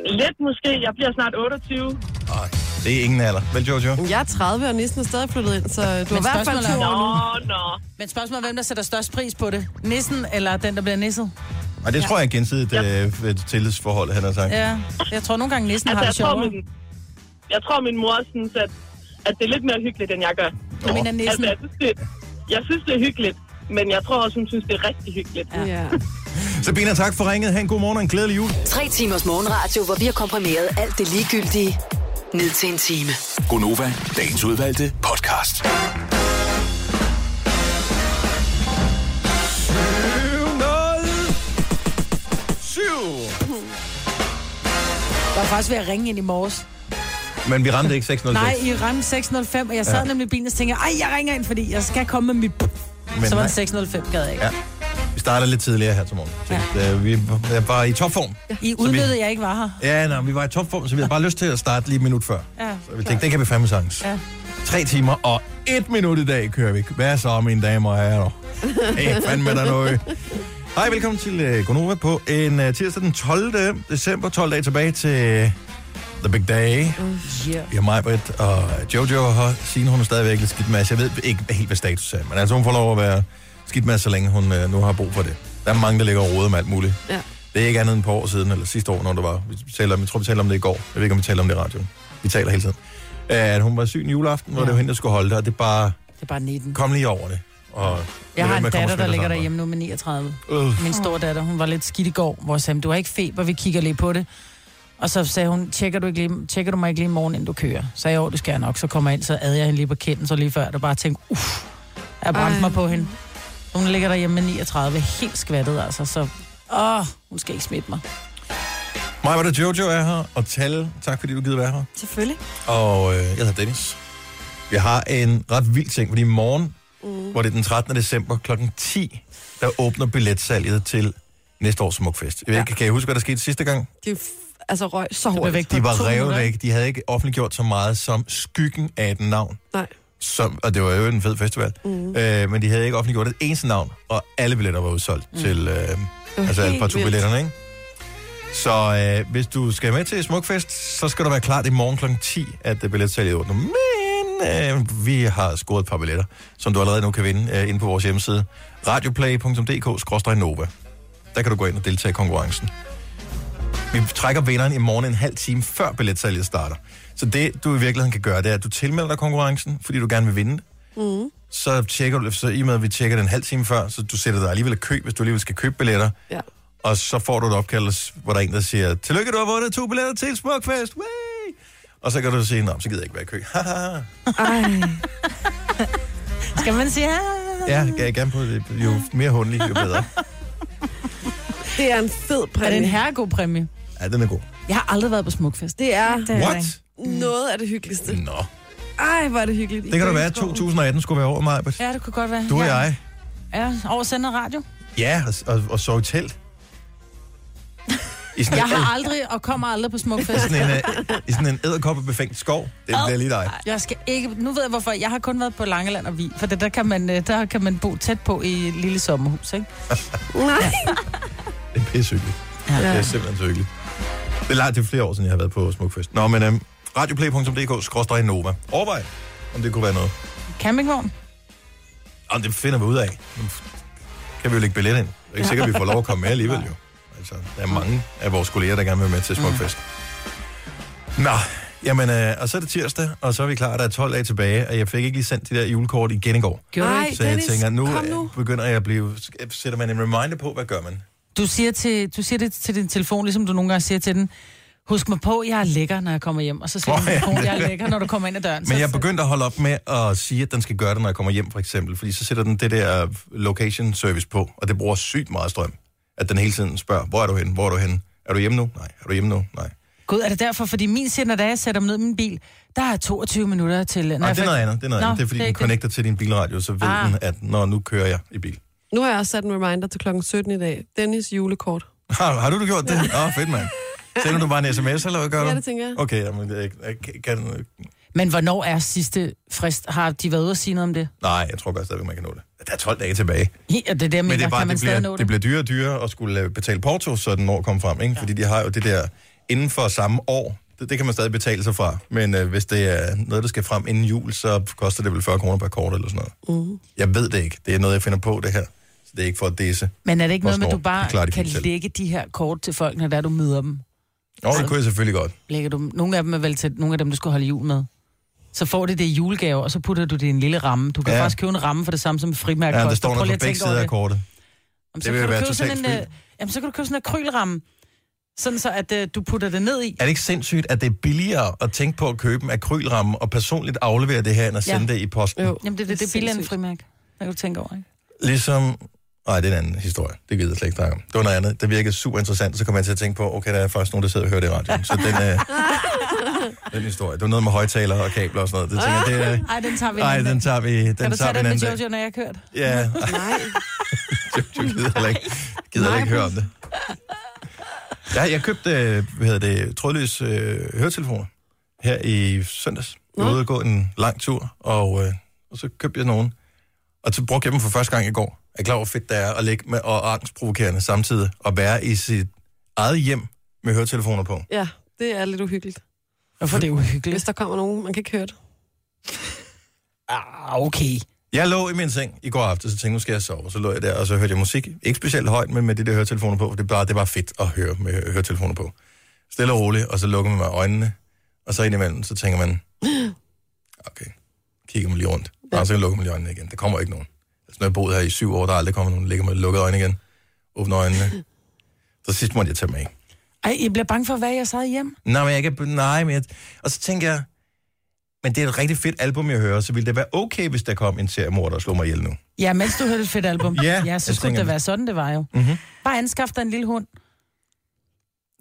H: lidt måske. Jeg bliver snart 28.
A: Nej, det er ingen alder. Vel, Jojo?
B: Jeg er 30, og nissen er stadig flyttet ind, så du har i hvert fald
C: spørgsmålet
B: to
C: er-
B: år nu.
H: Åh, nå.
C: Men spørgsmålet er, hvem der sætter størst pris på det? Nissen eller den, der bliver nisset?
A: Og det tror jeg er gensidigt øh, et tillidsforhold, han har sagt.
C: Ja, jeg tror nogle gange, nissen
H: Altså,
C: har det
H: jeg tror,
C: sjovere.
H: min, jeg tror, min mor synes, at, at det er lidt mere hyggeligt, end jeg gør.
C: Jeg
H: Altså,
C: mener nissen.
H: jeg synes, det, jeg synes, det er hyggeligt. Men jeg tror også, hun synes, det er rigtig hyggeligt.
B: Ja.
A: Sabina, tak for ringet. Ha' en god morgen og en glædelig jul.
E: Tre timers morgenradio, hvor vi har komprimeret alt det ligegyldige ned til en time.
F: Gonova, dagens udvalgte podcast.
A: 7.
C: Jeg var faktisk ved at ringe ind i morges.
A: Men vi ramte ikke 606.
C: Nej, i ramte 605, og jeg sad nemlig i bilen og tænkte, ej, jeg ringer ind, fordi jeg skal komme med mit...
A: Men
C: Så var
A: nej.
C: det 605, gad jeg ikke.
A: Ja. Vi starter lidt tidligere her til morgen. Ja. Øh, vi er bare i topform.
C: I udnyttede, jeg ikke var her.
A: Ja, nej, vi var i topform, så vi havde bare lyst til at starte lige et minut før.
C: Ja,
A: Så vi tænkte, det kan vi fandme sagtens. Ja. Tre timer og et minut i dag kører vi. Hvad så, mine damer og herrer? Hey, fandme der noget. Hej, velkommen til uh, Gonova på en uh, tirsdag den 12. december. 12 dage tilbage til The Big Day.
C: Yeah.
A: Vi har mig, Britt, og Jojo har Signe, hun er stadigvæk lidt skidt med. Altså, Jeg ved ikke helt, hvad status er, men altså, hun får lov at være skidt med, så længe hun øh, nu har brug for det. Der er mange, der ligger og roder med alt muligt.
B: Ja.
A: Det er ikke andet end på år siden, eller sidste år, når det var. Vi taler, om- jeg tror, vi talte om det i går. Jeg ved ikke, om vi talte om det i radioen. Vi taler hele tiden. Øh, At hun var syg en juleaften, hvor ja. det var hende, der skulle holde det, og det er bare,
C: Det er bare 19.
A: kom lige over det. Og
C: Jeg har en
A: Lad være med at komme og
C: datter, der
A: smitte
C: ligger
A: os
C: derhjemme nu med 39.
A: andre. Øh.
C: Min store datter, hun var lidt skidt i går, hvor jeg sagde, du har ikke feber, vi kigger lige på det. Og så sagde hun, tjekker du, ikke lige, tjekker du mig ikke lige i morgen, inden du kører? Så sagde jeg, jo, det skal jeg nok. Så kommer jeg ind, så ad jeg hende lige på kinden, så lige før, der bare tænkte, uff, jeg brændte
B: Ej.
C: mig på hende. Hun ligger derhjemme med 39, helt skvattet altså, så åh, hun skal ikke smitte mig.
A: Mig, hvor der Jojo er her, og Tal, tak fordi du gider være her.
D: Selvfølgelig.
A: Og øh, jeg hedder Dennis. Vi har en ret vild ting, fordi i morgen, mm. hvor det er den 13. december kl. 10, der åbner billetsalget til næste års smukfest. Jeg ved, ikke, Kan I huske, hvad der skete sidste gang?
B: De f- altså røg så hurtigt.
C: væk på
A: De
C: to
A: var revet
C: minutter, ikke?
A: væk. De havde ikke offentliggjort så meget som skyggen af et navn.
B: Nej.
A: Som, og det var jo en fed festival. Mm. Øh, men de havde ikke offentliggjort et eneste navn, og alle billetter var udsolgt mm. til... Øh,
B: var
A: altså
B: Mm-hmm. helt
A: alt fra to
B: vildt.
A: billetterne, ikke? Så øh, hvis du skal med til Smukfest, så skal du være klar i morgen kl. 10, at øh, billetsalget åbner. Men øh, vi har scoret et par billetter, som du allerede nu kan vinde øh, inde på vores hjemmeside. radioplay.dk-nova. Der kan du gå ind og deltage i konkurrencen. Vi trækker vinderen i morgen en halv time før billetsalget starter. Så det, du i virkeligheden kan gøre, det er, at du tilmelder dig konkurrencen, fordi du gerne vil vinde. Mm. Så, tjekker du, så i og med, at vi tjekker den en halv time før, så du sætter dig alligevel i kø, hvis du alligevel skal købe billetter.
B: Ja.
A: Og så får du et opkald, hvor der er en, der siger, tillykke, du har vundet to billetter til Smukfest. Way! Og så kan du sige, nå, så gider jeg ikke være i kø. [LAUGHS] Haha.
C: Skal man sige, ja?
A: ja, jeg er gerne på det. Jo mere hundelig, jo bedre.
B: Det er en fed
C: Er det en
B: præmie.
C: herregod præmie?
A: Ja, den er god.
C: Jeg har aldrig været på smukfest.
B: Det er Mm.
A: What?
B: noget af det hyggeligste.
A: Nå,
B: Ej, hvor er det hyggeligt.
A: det kan da være, at 2018 skulle være over mig.
C: Ja, det kunne godt være.
A: Du og
C: ja.
A: jeg.
C: Ja, over sendet radio.
A: Ja, og, og, og sove i telt. I sådan
C: Jeg
A: en,
C: har aldrig og kommer aldrig på smukfest.
A: sådan en, øh, I sådan en æderkoppebefængt skov. Det bliver lige dig.
C: Jeg skal ikke... Nu ved jeg hvorfor. Jeg har kun været på Langeland og Vi, for det, der, kan man, øh, der kan man bo tæt på i et lille sommerhus, ikke?
A: [LAUGHS]
B: Nej.
A: Det er pissehyggeligt. Det er simpelthen så hyggeligt. Det er langt til flere år, siden jeg har været på Smukfest. Nå, men øhm, radioplay.dk-nova. Overvej, om det kunne være noget.
C: Campingvogn?
A: Og det finder vi ud af. Nu kan vi jo lægge billet ind. Det er ikke sikkert, at vi får lov at komme med alligevel jo. Altså, der er mange af vores kolleger, der gerne vil med til Smukfest. Nå, jamen, øh, og så er det tirsdag, og så er vi klar. Der er 12 dage tilbage, og jeg fik ikke lige sendt de der julekort igen i går.
C: Gjorde du
B: Ej,
C: ikke?
A: Så jeg
B: Dennis,
A: tænker, nu,
B: kom
A: øh,
B: nu.
A: begynder jeg at blive... Sætter man en reminder på, hvad gør man?
C: Du siger, til, du siger det til din telefon, ligesom du nogle gange siger til den, husk mig på, jeg er lækker, når jeg kommer hjem. Og så siger
A: Åh,
C: oh, din
A: ja,
C: telefon,
A: men-
C: jeg er lækker, når du kommer ind ad døren.
A: Men
C: Så-
A: jeg er begyndt at holde op med at sige, at den skal gøre det, når jeg kommer hjem, for eksempel. Fordi så sætter den det der location service på, og det bruger sygt meget strøm. At den hele tiden spørger, hvor er du henne? Hvor er du henne? Er du hjemme nu? Nej. Er du hjemme nu? Nej.
C: Gud, er det derfor? Fordi min siger, når det er, jeg sætter mig ned i min bil, der er 22 minutter til... Nå,
A: Nej, det er noget andet. Det er, noget
C: Nå,
A: andet. Det er fordi,
C: det er
A: den
C: ikke det.
A: connecter til din bilradio, så ved
C: Ah.
A: den, at når nu kører jeg i bil.
B: Nu har jeg også sat en reminder til klokken 17 i dag. Dennis julekort.
A: Har, har du da gjort det? Åh, oh, fedt, mand. Sender du bare en sms, eller hvad gør du?
B: Ja, det tænker jeg.
A: Okay, jamen, det er, ikke- kan,
C: Men hvornår er sidste frist? Har de været ude og sige noget om det?
A: nej, jeg tror godt stadigvæk, man kan nå det. Der er 12 dage tilbage.
C: Ja, det er der,
A: Men det, er bare,
C: kan man
A: det,
C: stadig
A: bliver,
C: nå
A: det
C: det.
A: bliver dyrere og dyrere at skulle øh, betale porto, så den når at komme frem. Ikke? Fordi de har jo det der inden for samme år. Det, det kan man stadig betale sig fra. Men øh, hvis det er noget, der skal frem inden jul, så koster det vel 40 kroner per kort eller sådan noget. Mm. Jeg ved det ikke. Det er noget, jeg finder på, det her. Så det er ikke for at disse.
C: Men er det ikke noget med, at du
A: Hvornår?
C: bare
A: Det klarer de
C: kan
A: fint selv.
C: lægge de her kort til folk, når der du møder dem?
A: Åh, det kunne jeg selvfølgelig godt.
C: Lægger du, dem- nogle af dem er vel til nogle af dem, du skal holde jul med. Så får det det i julegave, og så putter du det i en lille ramme. Du kan
A: Ja.
C: ja. faktisk købe en ramme for det samme som et frimærke.
A: Ja, der
C: koster.
A: står
C: Prøv
A: noget
C: lige
A: på
C: at
A: begge
C: tænke over
A: sider af
C: det.
A: kortet.
C: Jamen,
A: Det
C: så
A: vil
C: kan du
A: være
C: købe sådan en,
A: totalt
C: øh, jamen, så kan du købe sådan en akrylramme, sådan så at øh, du putter det ned i.
A: Er det ikke sindssygt, at det er billigere at tænke på at købe en akrylramme og personligt aflevere det her, end at
C: Ja.
A: sende ja. det i posten? Jo.
B: Jo.
C: Jamen, det, det, det er billigere end frimærke. Det kan du tænke over, ikke?
A: Ligesom... Nej, det er en anden historie. Det gider jeg slet ikke snakke om. Det var noget andet. Det virkede super interessant, så kom jeg til at tænke på, okay, der er faktisk nogen, der sidder og hører det i radioen. Så
C: [LAUGHS]
A: den, øh, den historie. Det var noget med højtalere og kabler og sådan noget. Det tænker jeg, det,
C: Ej, den tager vi.
A: øh, ej, den tager vi, den
C: kan du
A: tager
C: tage
A: vi
C: den
A: en
C: med
A: anden dag.
C: Jojo, når jeg har
A: [LAUGHS]
C: kørt?
A: Ja,
B: Nej.
A: du gider heller ikke, gider heller ikke høre om det. Jeg, jeg købte, øh, hvad hedder det, trådløse øh, høretelefoner her i søndags. Jeg var ude og gå en lang tur, og, øh, og så købte jeg nogen. Og så brugte jeg dem for første gang i går. Jeg er klar over, hvor fedt det er at ligge med og angstprovokerende samtidig og være i sit eget hjem med høretelefoner på.
B: Ja, det er lidt uhyggeligt.
C: Hvorfor det er
B: Hvis
C: uhyggeligt?
B: der kommer nogen, man kan ikke høre det.
C: Ah, okay.
A: Jeg lå i min seng i går aftes, så tænkte jeg, nu skal jeg sove. Så lå jeg der, og så hørte jeg musik. Ikke specielt højt, men med de der høretelefoner på, for det var, det var fedt at høre med hø- høretelefoner på. Stille og roligt, og så lukker man med øjnene, og så indimellem, så tænker man, okay, kigger man lige rundt. Og så lukker man lige øjnene igen. Der kommer ikke nogen. Altså, når jeg boede her i syv år, der er aldrig kommet nogen, ligger med lukkede øjne igen. Åbner øjnene. Så sidst måtte jeg tage mig af.
C: Ej, jeg bliver bange for, hvad jeg sad hjem.
A: Nej, men jeg kan... Nej, men jeg, Og så tænker jeg, men det er et rigtig fedt album, jeg hører, så ville det være okay, hvis der kom en seriemorder og slog mig ihjel nu.
C: Ja, mens du hørte et fedt album.
A: Ja,
C: ja så
A: jeg
C: skulle
A: tænker
C: det
A: det. Mhm.
C: være sådan, det var jo. Mm-hmm. Bare anskaf dig en lille hund.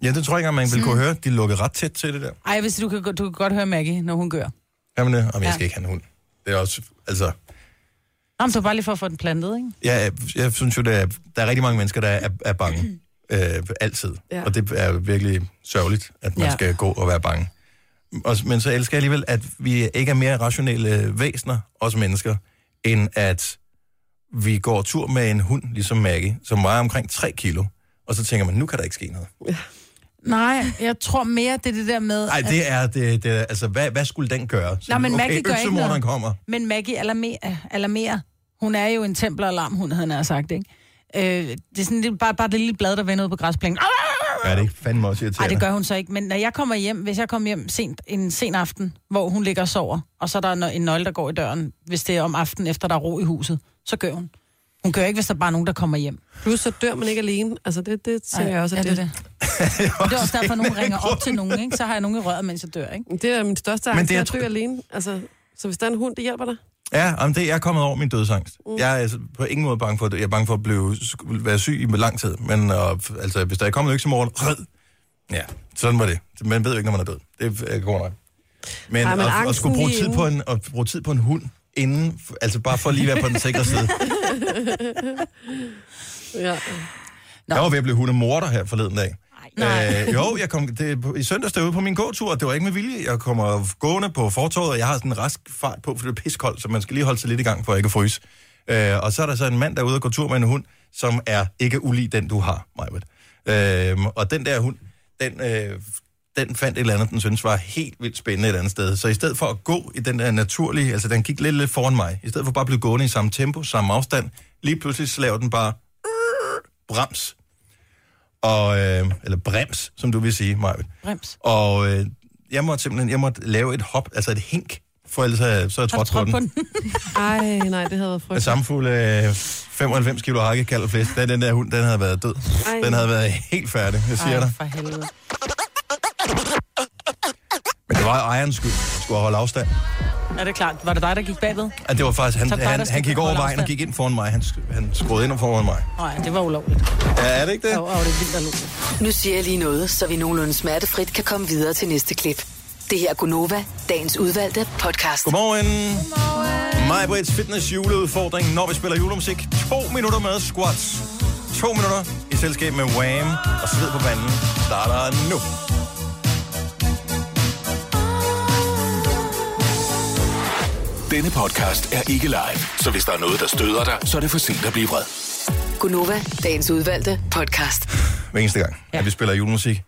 A: Ja, det tror jeg ikke, engang, man
C: Mm.
A: ville kunne høre. De lukkede ret tæt til det der.
C: Ej, hvis du kan, du kan godt høre Maggie, når hun gør.
A: Jamen, det, jamen jeg
C: Ja.
A: skal ikke have en hund. Det er også, altså,
C: Jamen, så bare lige for at få den plantet, ikke?
A: jeg, jeg synes jo, der er, der er rigtig mange mennesker, der er, er
C: [CLEARS THROAT]
A: bange. Øh, altid. Ja.
B: Ja.
A: Og det er virkelig sørgeligt, at man ja.
C: Ja.
A: skal gå og være bange. Og, men så elsker jeg alligevel, at vi ikke er mere rationelle væsener, os mennesker, end at vi går tur med en hund, ligesom Maggie, som vejer omkring 3 kilo. Og så tænker man, nu kan der ikke ske noget.
C: Nej, jeg tror mere, det er det der med...
A: Nej, det er, det, det er, altså, hvad, hvad skulle den gøre? Så,
C: Nå, men Maggie gør ikke
A: øksemorderen
C: noget.
A: kommer.
C: Men Maggie alarmerer. alarmerer. Hun er jo en templeralarm, hun havde nær sagt, ikke? Øh, det er sådan lidt, bare, bare det lille blad, der vender ud på græsplænen.
A: Ja, det er ikke fandme også irriterende.
C: Nej, det gør hun så ikke. Men når jeg kommer hjem, hvis jeg kommer hjem sent, en sen aften, hvor hun ligger og sover, og så er der en nøgle, der går i døren, hvis det er om aftenen, efter der er ro i huset, så gør hun. Hun gør ikke, hvis der bare er nogen, der kommer hjem.
B: Plus, så dør man ikke alene. Altså, det, det ser jeg også,
C: ja,
B: at
C: det, er det.
A: Og
C: det er også
A: [LAUGHS]
C: derfor, nogen ringer op til nogen, ikke? Så har jeg nogen i røret, mens jeg dør, ikke?
B: det er min største
A: Men
B: angst,
A: det
B: det
A: er
B: er at
A: tr-
B: dø alene. Altså, så hvis der er en hund, det hjælper dig.
A: Ja, jamen det, jeg er kommet over min dødsangst. Mm. Jeg er altså på ingen måde bange for det. Jeg er bange for at blive, sk- være syg i lang tid. Men og, f- altså, hvis der er kommet en økse i morgen, rød. Ja, sådan var det. Man ved jo ikke, når man er død. Det er godt nok. Men,
B: Ej,
A: Ej,
B: men
A: men at, at,
B: angsten
A: skulle bruge
B: lige
A: tid,
B: inden.
A: på en, at bruge tid på en hund inden, f- altså bare for lige at være på den sikre side.
B: Ja.
A: Jeg var ved at blive hundemorder her forleden dag.
C: Nej.
A: Øh, jo, jeg kom det, er på- i søndags derude på min gåtur, og det var ikke med vilje. Jeg kommer gående på fortorvet, og jeg har sådan en rask fart på, for det er piskoldt, så man skal lige holde sig lidt i gang, for ikke at fryse. Øh, og så er der så en mand, der er ude og går tur med en hund, som er ikke ulig den, du har, Majbet. Øh, og den der hund, den øh, den fandt et eller andet, den synes var helt vildt spændende et andet sted. Så i stedet for at gå i den der naturlige, altså den gik lidt, lidt foran mig, i stedet for bare at blive gående i samme tempo, samme afstand, lige pludselig så laver den bare brems. Og, øh, eller brems, som du vil sige, Marvind.
C: Brems.
A: Og øh, jeg måtte simpelthen jeg måtte lave et hop, altså et hink, for ellers havde jeg- så er jeg trådt på den.
B: Ej, nej, det havde været
A: Den
B: frygteligt.
A: samme fuld øh, 95 kilo hakke, kald og flæsk, den, den der hund, den havde været død.
B: Ej.
A: Den havde været helt færdig, jeg siger
C: Ej,
A: dig.
C: for helvede.
A: Men det var ejerens skyld, Jeg skulle holde afstand.
C: Er det klart? Var det dig, der gik bagved?
A: At det var faktisk, han,
C: Så dig, der
A: han,
C: skal
A: han gik over
C: holde
A: vejen og
C: afstand.
A: gik ind foran mig. Han, sk- han skruede ind foran mig.
C: Nej, det var ulovligt.
A: Ja, er det ikke det?
C: Og, og det er vildt alvorligt.
E: Nu siger jeg lige noget, så vi nogenlunde smertefrit kan komme videre til næste klip. Det her er Gunova, dagens udvalgte podcast.
A: Godmorgen. Godmorgen. Brits Fitness juleudfordring, når vi spiller julemusik. To minutter med squats. To minutter i selskab med Wham og sved på panden. Starter nu.
F: Denne podcast er ikke live, så hvis der er noget, der støder dig, så er det for sent at blive vred.
E: Gunova, dagens udvalgte podcast.
A: Hver eneste gang, ja. at vi spiller julemusik.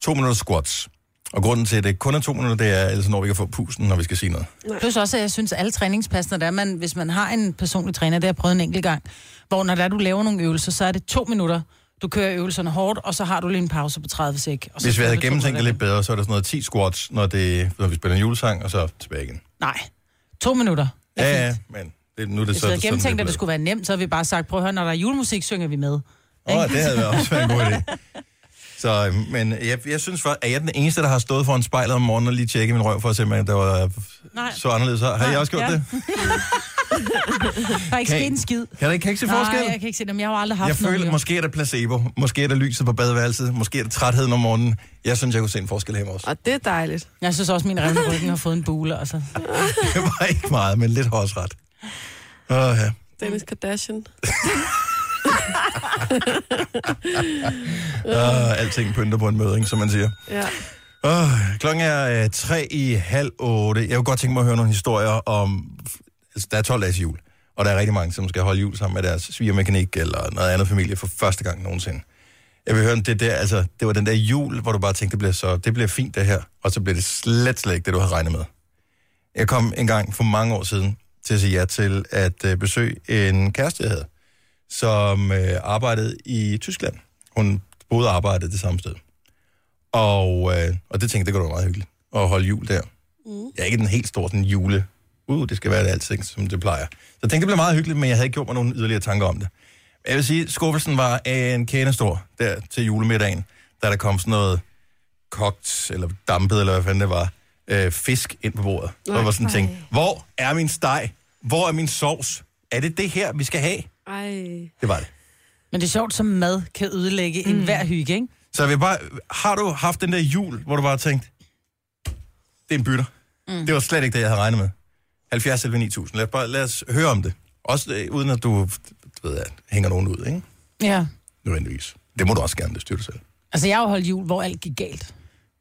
A: To minutter squats. Og grunden til, at det kun er to minutter, det er, ellers når vi kan få pusten, når vi skal sige noget.
C: Plus også, at jeg synes, at alle træningspas, når det er, man, hvis man har en personlig træner, det har jeg prøvet en enkelt gang, hvor når der er, du laver nogle øvelser, så er det to minutter, du kører øvelserne hårdt, og så har du lige en pause på 30 sek. Og så
A: Hvis vi
C: kører
A: havde
C: du to
A: gennemtænkt det
C: minutter
A: lidt bedre, så er der sådan noget 10 squats, når, det, når vi spiller en julesang, og så tilbage igen.
C: igen. Nej, to minutter. er
A: Ja, ja,
C: fint.
A: men det, nu er det
C: Hvis
A: så
C: vi havde
A: sådan lidt
C: gennemtænkt, at
A: bladet.
C: det skulle være nemt, så havde vi bare sagt, prøv at høre, når der er julemusik, synger vi med.
A: Åh, oh, det havde været også været en god idé. Så, øhm, men jeg, jeg synes for, at jeg er den eneste, der har stået foran spejlet om morgenen og lige tjekket min røv for at se, om jeg- der var Nej.
C: [LAUGHS] Nej.
A: så anderledes. Har har I
C: Nej,
A: også gjort
C: ja.
A: det?
C: Der er ikke
A: Kan I-
C: sket en skid.
A: Kan der ikke, kan I ikke se forskel?
C: Nej, jeg kan ikke se dem. Jeg har jo aldrig haft
A: Jeg
C: noget.
A: føler,
C: jo.
A: måske er det placebo, måske er det lyset på badeværelset, måske er det trætheden om morgenen. Jeg synes, jeg kunne se en forskel hjemme også.
B: Og det er dejligt.
C: Jeg synes også, min revne ryggen har fået en bule. Altså.
A: Det var ikke meget, men lidt hårdsret. Åh, ja.
B: Dennis
A: [LAUGHS]
B: Kardashian.
C: Øh.
A: Uh, alting pynter på en møding, som man siger.
B: Ja.
A: Oh, klokken er øh, tre i halv otte. Jeg kunne godt tænke mig at høre nogle historier om... Altså, der er 12 dage til jul, og der er rigtig mange, som skal holde jul sammen med deres svigermekanik eller noget andet familie for første gang nogensinde. Jeg vil høre, om det der, altså, det var den der jul, hvor du bare tænkte, det bliver, så, det bliver fint det her, og så bliver det slet, slet ikke det, du har regnet med. Jeg kom en gang for mange år siden til at sige ja til at øh, besøge en kæreste, jeg havde, som øh, arbejdede i Tyskland. Hun boede og arbejdede det samme sted. Og, øh, og det tænkte jeg, det kunne da være meget hyggeligt at holde jul der. Mm. Jeg er ikke den helt store sådan, jule. Uh, det skal være det alting, som det plejer. Så jeg tænkte, det blev meget hyggeligt, men jeg havde ikke gjort mig nogen yderligere tanker om det. Jeg vil sige, skuffelsen var en kende stor der til julemiddagen, da der kom sådan noget kogt, eller dampet, eller hvad fanden det var, øh, fisk ind på bordet. Så jeg var sådan tænkt, hvor er min steg? Hvor er min sovs? Er det det her, vi skal have?
B: Ej.
A: Det var det.
C: Men det er sjovt, som mad kan ødelægge mm. enhver hygge, ikke?
A: Så jeg vil bare, har du haft den der jul, hvor du bare har tænkt, det er en bytter. Mm. Det var slet ikke det, jeg havde regnet med. 70 eller 9000. Lad, os bare, lad os høre om det. Også øh, uden at du, du ved, at hænger nogen ud, ikke?
C: Ja.
A: Nødvendigvis. Det må du også gerne, det styrer du selv.
C: Altså, jeg har jo holdt jul, hvor alt gik galt.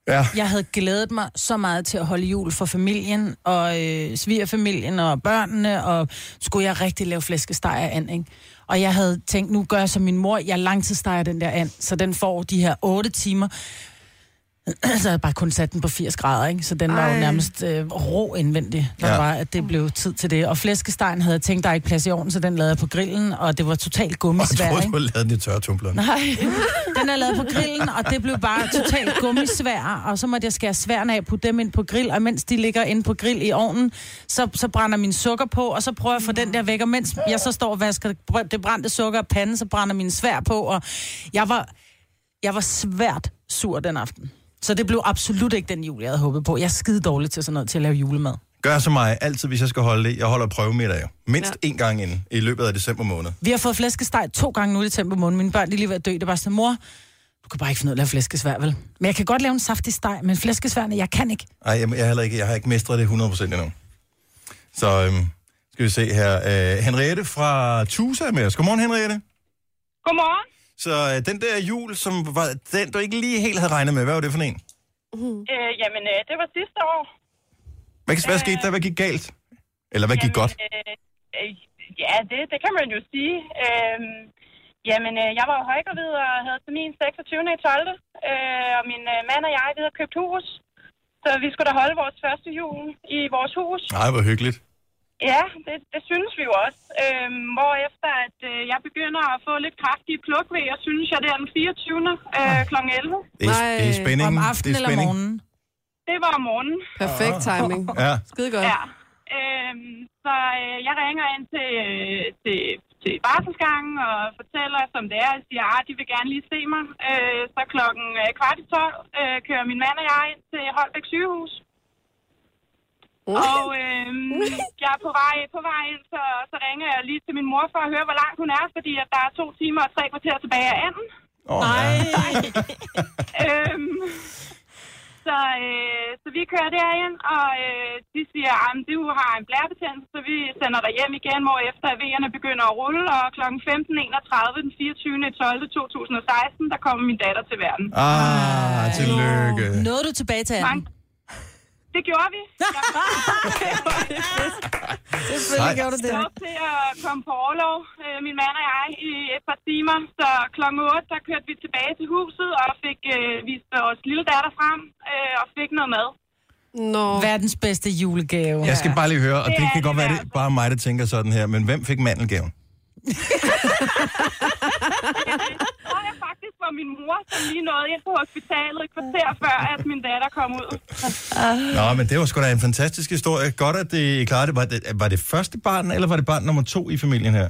A: Ja.
C: Jeg havde glædet mig så meget til at holde jul for familien, og øh, svigerfamilien og børnene, og skulle jeg rigtig lave flæskesteg af and, ikke? Og jeg havde tænkt, nu gør jeg som min mor, jeg langtidssteger den der and, så den får de her 8 timer. [CLEARS THROAT] så havde jeg bare kun sat den på 80 grader, ikke? Så den var jo nærmest øh, rå indvendig, når
A: Ja.
C: ja. var, at det blev tid til det. Og flæskestegen havde jeg tænkt, der er ikke plads i ovnen, så den lavede jeg på grillen, og det var totalt
A: Og jeg
C: gummisvær,
A: troede,
C: ikke?
A: du havde lavet den i tørretumbleren.
C: Nej, den er lavet på grillen, og det blev bare totalt gummisvær, og så måtte jeg skære sværen af, putte dem ind på grill, og mens de ligger inde på grill i ovnen, så, så brænder min sukker på, og så prøver jeg at få den der væk, og mens jeg så står og vasker det brændte sukker af panden, så brænder min svær på, og jeg var, jeg var svært sur den aften. Så det blev absolut ikke den jul, jeg havde håbet på. Jeg er skide dårlig til sådan noget, til at lave julemad.
A: Gør som mig altid, hvis jeg skal holde det. Jeg holder prøve middag jo. Mindst ja. én gang inden i løbet af december måned.
C: Vi har fået flæskesteg to gange nu i december måned. Mine børn de er lige ved at dø. Det er bare sådan, mor, du kan bare ikke finde ud af at lave flæskesvær, vel? Men jeg kan godt lave en saftig steg, men flæskesværne, jeg kan ikke.
A: Nej, jeg, jeg, har heller ikke, jeg har ikke mestret det 100% endnu. Så øhm, skal vi se her. Øh, Henriette fra Tusa er med os. Godmorgen, Henriette.
H: Godmorgen.
A: Så øh, den der jul, som var den, du ikke lige helt havde regnet med, hvad var det for en? Mm-hmm.
H: Øh, jamen, øh, det var sidste år.
A: Hvad, hvad skete der? Hvad gik galt? Eller hvad gik godt?
H: Øh, øh, ja, det, det kan man jo sige. Øh, jamen, øh, jeg var jo højgravid og havde termin 26. i 12. øh, og min øh, mand og jeg, vi havde købt hus. Så vi skulle da holde vores første jul i vores hus.
A: Nej, hvor hyggeligt.
H: Ja, det, det synes vi jo også. Øhm, hvorefter at øh, jeg begynder at få lidt kraftige pluk ved, jeg synes, jeg det er den 24. Øh, kl. 11.
A: Det er, det er spænding.
C: Om aftenen
A: det er
C: eller
A: spænding.
C: morgenen? Ah.
H: Det var om morgenen.
B: Perfekt timing.
A: Ja.
B: Skide godt.
H: Ja. Øhm, så øh, jeg ringer ind til, øh, til, til barselsgangen og fortæller, som det er. Jeg siger, at de vil gerne lige se mig. Øh, så klokken øh, kvart i tolv øh, kører min mand og jeg ind til Holbæk sygehus. Og øh,
B: [LAUGHS]
H: jeg er på vej, på vej ind, så, så ringer jeg lige til min mor for at høre, hvor langt hun er, fordi at der er to timer og tre kvarter tilbage af anden.
A: Oh, Nej. Ja.
H: øhm, så, øh, så vi kører derind, og øh, de siger, at du har en blærebetændelse, så vi sender dig hjem igen, hvor efter V'erne begynder at rulle, og kl. 15.31 den 24. 12. 2016, der kommer min datter til verden.
A: Ah, tillykke.
D: Nåede du tilbage til anden?
H: Mange. Det gjorde
D: [LAUGHS]
H: vi. Jeg
A: Nej,
H: var op til at komme på overlov, øh, min mand og jeg, i et par timer. Så kl. 8, der kørte vi tilbage til huset og fik øh, vist vores lille datter frem øh, og fik noget
D: [LAUGHS]
H: mad.
B: Nå.
C: Verdens bedste julegave.
A: jeg skal bare lige høre, og
H: Det
A: det
H: er
A: kan
H: det
A: godt være, det er
H: værste.
A: bare mig, der tænker sådan her, men hvem fik mandelgaven?
H: Jeg tror jeg faktisk var min mor, som lige nåede ind på hospitalet et kvarter før, at min datter kom ud.
A: Nå, men det var sgu da en fantastisk historie. Godt, at det I klarede det. Var det, var det første barn, eller var det barn nummer to i familien her?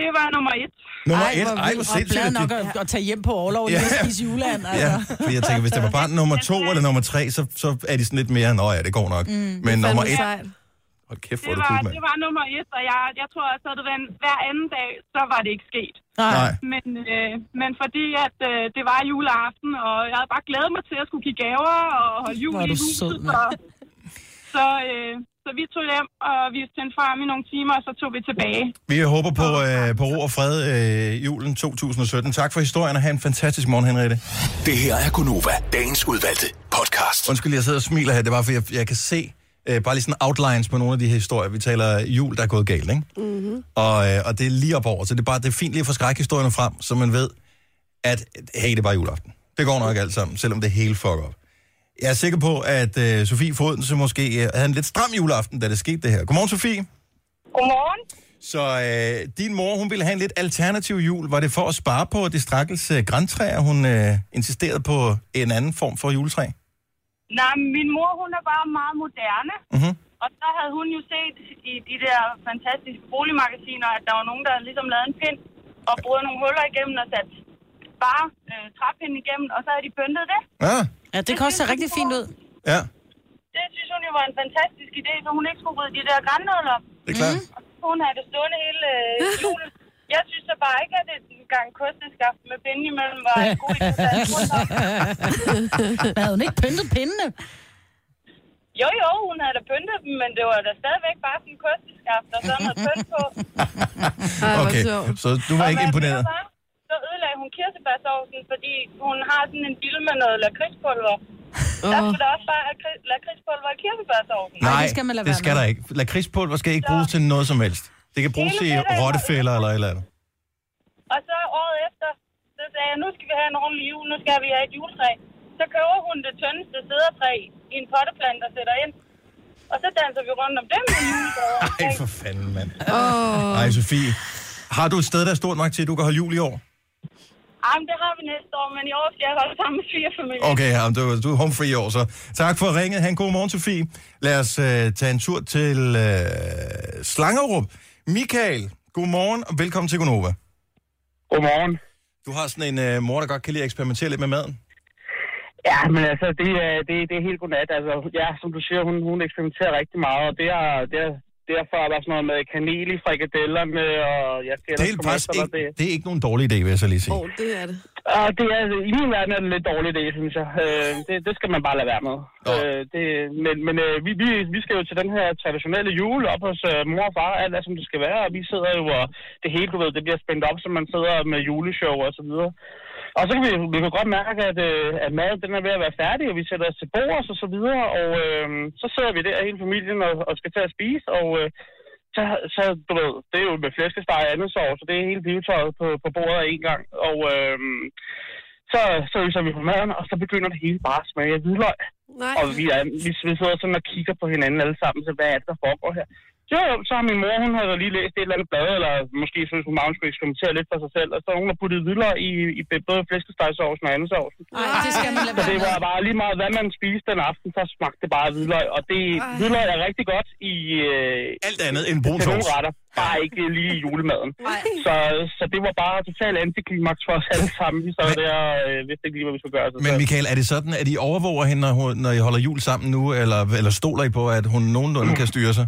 H: Det var nummer et.
A: Nummer
C: Ej,
A: et. Ej,
C: hvor
A: hvor
C: vildt. Og
A: sindssygt.
C: glad
A: at
C: nok
A: de-
C: at, at tage hjem på overlov og lige
A: Ja.
C: at spise juleand. Altså.
A: Ja, for jeg tænker, hvis det var barn nummer to eller nummer tre, så, så er de sådan lidt mere, nå ja, det går nok. Mm, men nummer
B: Fandme
A: et,
B: sejt.
A: hold kæft, hvor er
H: Det
A: du
H: var,
A: cool, mand.
H: det var nummer et, og jeg, jeg tror også, at det var en- hver anden dag, så var det ikke sket.
A: Nej,
H: Men, øh, men fordi at øh, det var juleaften, og jeg havde bare glædet mig til at skulle give gaver og holde jul
C: Hvor er
H: i
C: du
H: huset.
C: sød,
H: så,
C: mand.
H: så, øh, så vi tog hjem, og vi sendte frem i nogle timer, og så tog vi tilbage.
A: vi håber på, øh, på ro og fred øh, julen 2017. Tak for historien, og have en fantastisk morgen, Henriette.
F: Det her er Gunova, dagens udvalgte podcast.
A: Undskyld, jeg sidder og smiler her. Det er bare, fordi jeg, jeg kan se øh, bare lige sådan outlines på nogle af de her historier. Vi taler jul, der er gået galt, ikke? Mm-hmm. Og, øh, og det er lige op over. Så det er, bare, det er fint lige at få skrækhistorierne frem, så man ved, at hey, det er bare juleaften. Det går nok alt sammen, selvom det hele fucker op. Jeg er sikker på, at øh, Sofie Foden så måske øh, havde en lidt stram juleaften, da det skete det her. Godmorgen, Sofie.
H: Godmorgen.
A: Så øh, din mor, hun ville have en lidt alternativ jul. Var det for at spare på det stakkels øh, grantræer, hun øh, insisterede på en anden form for juletræ?
H: Nej, min mor, hun er bare meget moderne.
A: Mhm.
H: Og så havde hun jo set i de der fantastiske boligmagasiner, at der var nogen, der ligesom lavede en pind og brød nogle huller igennem og satte bare øh, træpinden igennem, og så havde de pyntet det.
A: Ja,
C: Ja, det koster rigtig fint ud.
A: ja.
H: Det synes hun jo var en fantastisk idé, så hun ikke skulle rydde de der grænnåler op.
A: Det er klart. Mm.
H: Hun havde det stående hele øh, julen. Jeg synes så bare ikke, at en gang kosteskaft med pinden imellem var en
C: [LAUGHS]
H: god idé. så jeg tror nok-
C: Men havde hun ikke pyntet pindene?
H: Jo, jo, hun havde da pyntet dem, men det var da stadigvæk bare sådan en kosteskaft og sådan noget pynt
C: [LAUGHS]
H: på.
B: Ej, hvor
A: Okay,
B: sjovt.
A: så du var
H: Og
A: ikke
H: hvad
A: imponeret?
H: det var, Så ødelagde hun kirsebærsovsen, fordi hun har sådan en bil med noget lakridspulver. Der
B: Åh.
H: skulle der også bare lakri- lakridspulver i kirsebærsovsen.
A: Nej,
C: det skal man lade
A: det
C: være
A: skal
C: med.
A: der ikke. Lakridspulver skal ikke bruges til noget som helst. Det kan bruges til
H: Hele middagen var
A: rottefælder eller et eller andet.
H: Og så året efter, så sagde jeg, nu skal vi have en ordentlig jul, nu skal vi have et juletræ. Så køber hun det tyndeste sædertræ i en potteplante og sætter ind. Og så danser vi rundt om dem i julegaver.
A: Ej, for fanden, mand. Ej, Sofie. Har du et sted, der er stort nok til, at du kan holde jul i år?
H: Ej, men det har vi næste år, men i år skal jeg holde sammen med svigerfamilien.
A: Okay, jamen, du, du er home free i år, så tak for at ringe. Ha' en god morgen, Sofie. Lad os øh, tage en tur til øh, Slangerup. Michael, god morgen og velkommen til Gonova.
I: Godmorgen.
A: Du har sådan en øh, mor, der godt kan lide at eksperimentere lidt med maden.
I: Ja, men altså, det, er- det, det er helt godnat. Altså, ja, som du siger, hun, hun eksperimenterer rigtig meget, og det er, det er derfor er der sådan noget med kanel i frikadellerne, og jeg skal
A: Det er,
I: komme
A: faktisk
I: efter dig.
A: ikke, det er ikke nogen dårlig idé, vil jeg så lige sige.
B: Åh, det er det.
I: Og det er, I min verden er det en lidt dårlig idé, synes jeg. Øh, det, det skal man bare lade være med.
A: Nå.
I: Øh, det, men men øh, vi, vi, vi skal jo til den her traditionelle jul op hos øh, mor og far, alt er som det skal være, og vi sidder jo, og det hele, du ved, det bliver spændt op, så man sidder med juleshow og så videre. Og så kan vi, vi kan godt mærke, at, øh, at maden den er ved at være færdig, og vi sætter os til bords og så videre, og øh, så sidder vi der hele familien og, og skal til at spise, og øh, så, så, du ved, det er jo med flæskesteg og andet sov, så det er hele pivetøjet på, på bordet af en gang. Og øh, Så, så øser vi på maden, og så begynder det hele bare at smage af hvidløg.
B: Nej.
I: Og vi, er, vi, vi sidder sådan og kigger på hinanden alle sammen, så hvad er det, der foregår her? Jo, jo, så har min mor, hun havde lige læst et eller andet blad, eller måske synes hun, hun skulle eksperimentere lidt for sig selv, og så hun har puttet hvidløg i, i både flæskestegsovsen og anden sovsen.
C: Nej, det skal man lade
I: Så
C: være
I: det
C: med.
I: var bare lige meget, hvad man spiste den aften, så smagte det bare af hvidløg. Og det, hvidløg er rigtig godt i... Øh,
A: Alt andet end brun
I: til nogle
A: sovs.
I: retter. Bare ikke lige i julemaden. Så, så det var bare total antiklimaks for os alle sammen. Vi sad der og øh, vidste ikke lige, hvad vi skulle gøre. Så,
A: Men Michael, er det sådan, at I overvåger hende, når, hun- når I holder jul sammen nu, eller, eller stoler I på, at hun nogenlunde kan styre sig?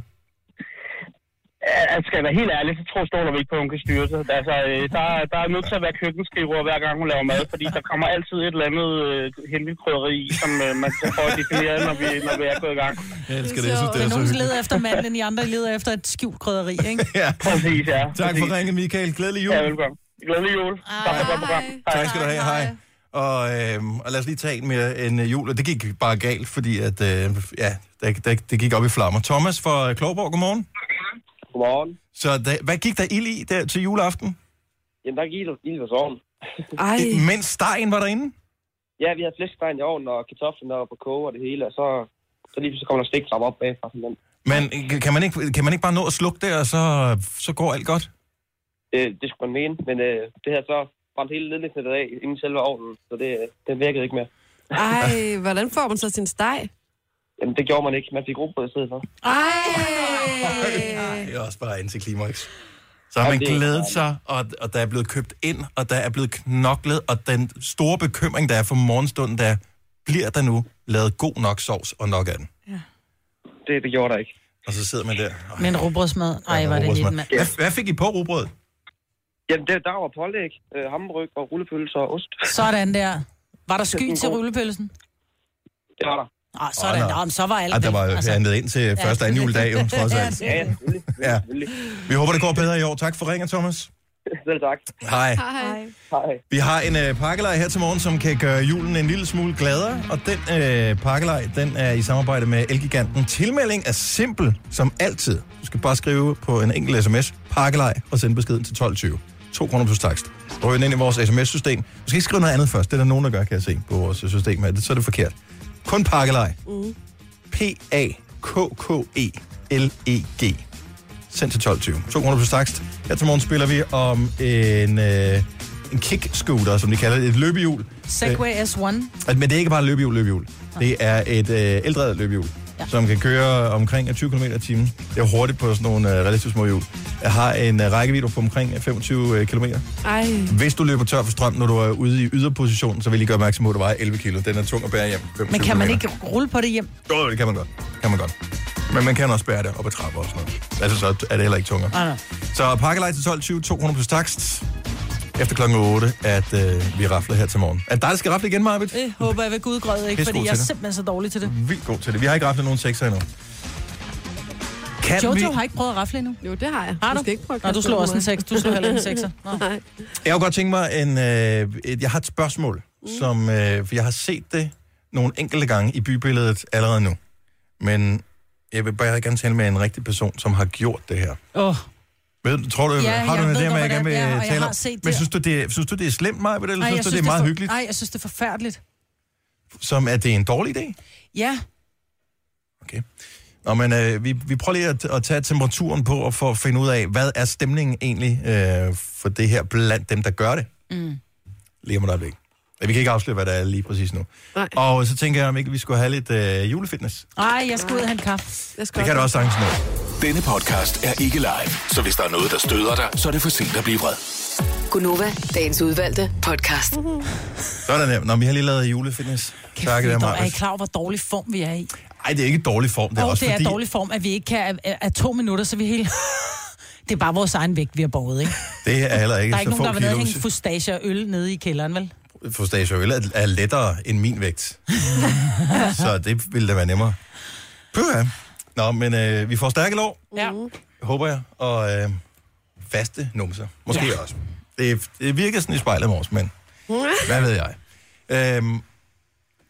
I: Ja, skal jeg være helt ærlig, så tror stoler vi ikke på, at hun kan styre sig. Altså, øh, der, der er nødt til at være køkkenskriver, hver gang hun laver mad, fordi der kommer altid et eller andet øh, hemmeligt krydderi i, som øh, man skal prøve at definere, når vi, når vi er gået i gang.
A: Jeg elsker
C: Men nogen leder efter mandlen, de andre leder efter et skjult krydderi, ikke?
A: [LAUGHS] Ja.
I: Præcis, ja.
A: Tak
I: Præcis.
A: for ringet, Michael. Glædelig jul.
I: Ja, velkommen. Glædelig jul. Tak for et godt program.
A: Tak skal du have. Hej. Og, øhm, og lad os lige tage en mere end øh, jul. Og det gik bare galt, fordi at, øh, ja, det, det, det gik op i flammer. Thomas fra øh, Klogborg, godmorgen.
J: Godmorgen.
A: Så da, hvad gik der ild i der til juleaften?
J: Jamen, der er ild, ild for sovn.
B: Ej.
A: Mens stegen var derinde?
J: Ja, vi havde flæskestegen i ovnen, og kartoflen og på koge og det hele, og så, så lige pludselig kommer der stik frem op bagfra. Men
A: Men øh, kan man, ikke, kan man ikke bare nå at slukke det, og så, så går alt godt?
J: øh, det skulle man mene, men øh, det her så brændte hele ledningsnettet af inden selve ovnen, så det, øh, den virkede ikke mere.
B: Ej, hvordan får man så sin steg?
J: Jamen, det gjorde man ikke. Man fik råbrød i stedet for.
B: Ej!
A: Det er også bare antiklimaks. Så har man
J: det er
A: glædet sig, og, og der er blevet købt ind, og der er blevet knoklet, og den store bekymring, der er for morgenstunden, der er, bliver der nu lavet god nok sovs og nok af den.
J: Det, det gjorde der ikke.
A: Og så sidder man der. Ej,
C: Men robrødsmad, ej, var det lidt,
A: rugbrødsmad.
C: mand.
A: Hvad, hvad fik I på rugbrød?
J: Jamen, det, der var pålæg, øh, hamburg og rullepølser og ost.
C: Sådan der. Var der sky til rullepølsen?
J: Det var der.
C: Ah, sådan.
A: Åh, nej.
C: Nå, men så var alt
A: Ej, der
C: vel.
A: var jo altså, handlet ind til første og anden juledag, jo, trods alt.
J: Ja, ja, selvfølgelig.
A: Ja.
J: selvfølgelig.
A: Vi håber, det går bedre i år. Tak for ringen, Thomas.
J: Selv tak.
A: Hej.
B: Hej.
J: Hej.
A: Vi har en øh, pakkelej her til morgen, som kan gøre julen en lille smule gladere. Og den øh, pakkelej, den er i samarbejde med Elgiganten. Tilmelding er simpel, som altid. Du skal bare skrive på en enkelt sms, pakkelej, og sende beskeden til 12.20. 2 kroner plus takst. Ryg den ind i vores sms-system. Du skal ikke skrive noget andet først. Det er der nogen, der gør, kan jeg se på vores system. her. Så er det forkert. Kun pakkelej. E P-A-K-K-E-L-E-G. Send til 12.20. 2 kroner plus takst. Her til morgen spiller vi om en, øh, en kick-scooter, som de kalder det. Et løbehjul.
C: Segway S1.
A: Øh, Men det er ikke bare løbehjul, løbehjul. Det er et øh, eldrevet løbehjul, ja. som kan køre omkring 20 km i timen. Det er hurtigt på sådan nogle øh, relativt små hjul. Jeg har en øh, rækkevidde på omkring 25 øh, km.
B: Ej.
A: Hvis du løber tør for strøm, når du er ude i yderpositionen, så vil jeg lige gøre opmærksom på, at du vejer 11 kg. Den er tung at bære hjem. 25
C: Men kan man
A: kilometer.
C: ikke rulle på det hjem?
A: Jo, det kan man godt. Kan man godt. Men man kan også bære det op ad trapper og sådan noget. Altså, så er det heller ikke tungere.
C: Nej, nej.
A: Så pakkelej til 12.20, 2 kroner plus takst. Efter klokken 8, at øh, vi rafler her til morgen. Er det dig, der skal rafle igen, Marvitt?
C: Det håber jeg ved Gud grød, ikke?
A: Pissegod
C: Fordi jeg er
A: til det.
C: simpelthen så dårlig til det.
A: Vildt god til det. Vi har ikke raflet nogen sekser endnu. Kan vi...
C: Jojo har ikke prøvet at rafle endnu.
B: Jo, det har jeg.
C: Har du?
B: skal ikke prøve at
C: Nå, du
B: kaste
C: slog
B: noget
C: også
B: på
C: en
B: mig.
C: seks. Du slog heller en sekser. Nå.
B: [LAUGHS] Nej.
A: Jeg kunne godt tænke mig, en, øh, et, jeg har et spørgsmål, mm. som øh, for jeg har set det nogle enkelte gange i bybilledet allerede nu. Men jeg vil bare gerne tale med en rigtig person, som har gjort det her.
C: Åh,
A: Ved, tror du,
C: Ja,
A: har du
C: jeg
A: en
C: ved
A: idé om,
C: godt,
A: jeg gerne vil
C: hvordan det er, og jeg
A: tale
C: har
A: om?
C: set det.
A: Men synes du, det, er- synes du, det er slemt, Maja, eller
C: Ej,
A: synes du, det er meget
C: for-
A: hyggeligt?
C: Ej, jeg synes, det er forfærdeligt.
A: Som at det er en dårlig idé?
C: Ja,
A: Okay. Nå, men øh, vi, vi prøver lige at, at tage temperaturen på og for at finde ud af, hvad er stemningen egentlig øh, for det her blandt dem, der gør det? Mm. Lige om et øjeblik. Ja, Vi kan ikke afsløre, hvad der er lige præcis nu.
B: Nej.
A: Og så tænker jeg, om ikke vi skulle have lidt øh, julefitness.
C: ej, jeg skal ud og hente kaffe.
B: Jeg skal
A: Det kan du også sagtens nå.
F: Denne podcast er ikke live, så hvis der er noget, der støder dig, så er det for sent at blive vred.
E: Gunova, dagens udvalgte podcast.
A: Sådan her. Nå, vi har lige lavet julefitness.
C: Kæft,
A: Tak, det
C: vi
A: er
C: er dog- er I
A: meget.
C: klar over, hvor dårlig form vi er i?
A: Ej, det er ikke dårlig form. Det er
C: Og
A: også
C: det er
A: fordi...
C: dårlig form, at vi ikke kan... At, at to minutter, så er vi helt... [LAUGHS] det er bare vores egen vægt, vi har borget, ikke?
A: Det er heller ikke
C: Der er ikke
A: så
C: nogen,
A: få
C: der har været nede og
A: kilo.
C: hænge fustache og øl nede i kælderen, vel?
A: For stage øl er, er lettere end min vægt. så det ville da være nemmere. Puha. Nå, men øh, vi får stærke lov.
C: Ja.
A: håber jeg, og øh, faste numser. Måske ja. også. Det, det virker sådan i spejlet i morges, men
B: Mm-hmm.
A: hvad ved jeg. Øhm,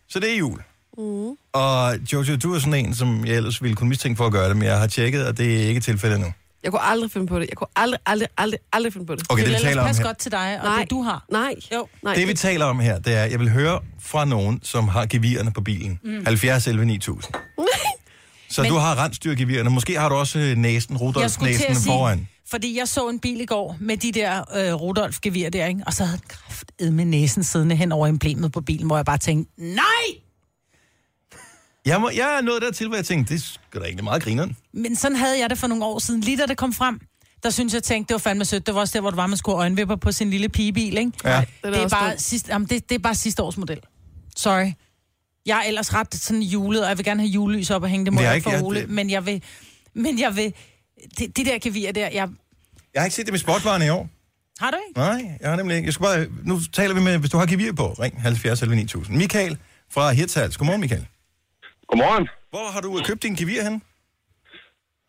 A: så det er jul. Mm.
B: Mm-hmm.
A: Og Jojo, du er sådan en, som jeg ellers ville kunne mistænke for at gøre det, men jeg har tjekket, og det er ikke tilfældet nu.
B: Jeg kunne aldrig finde på det. Jeg kunne aldrig, aldrig, aldrig, aldrig finde på det.
A: Okay, det, vi taler om her-
C: godt til dig, og
B: nej,
C: det, du har.
B: Nej.
C: Jo.
B: nej.
A: Det vi taler om her, det er, jeg vil høre fra nogen, som har gevirerne på bilen.
C: Mm.
A: Mm. 70 11 9000. Så
C: Men-
A: Men... du har rensdyrgevirerne. Måske har du også øh, næsen,
C: Jeg
A: Rudolfs
C: skulle til at
A: næsen
C: sige,
A: foran.
C: fordi jeg så en bil i går med de der øh, Rudolf-gevir der, ikke? og så havde den med næsen siddende hen over emblemet på bilen, hvor jeg bare tænkte, nej!
A: Jeg, må, jeg er nået dertil, hvor jeg tænkte, det skal da egentlig meget grineren.
C: Men sådan havde jeg det for nogle år siden. Lige da det kom frem, der synes jeg tænkte, det var fandme sødt. Det var også der, hvor det var, man skulle have øjenvipper på sin lille pigebil, ikke?
A: Ja. Nej,
B: den
C: det,
B: er
C: er det, er
B: også
C: bare
B: dum.
C: sidste, jamen, det, det er bare sidste års model. Sorry. Jeg er ellers ret sådan julet, og jeg vil gerne have julelys op og hænge det
A: Det
C: mod
A: er
C: jeg
A: ikke-
C: for
A: jeg-
C: Ole,
A: det-
C: men jeg vil... Men jeg vil... De, de der gevier der, jeg...
A: Jeg har ikke set det med sportvarerne i år.
C: Har du ikke?
A: Nej, jeg har nemlig ikke. Jeg skal bare, nu taler vi med, hvis du har gevir på, ring 70 11 9000. Michael fra Hirtshals. Godmorgen, Michael.
K: Godmorgen.
A: Hvor har du øh, købt din gevir hen?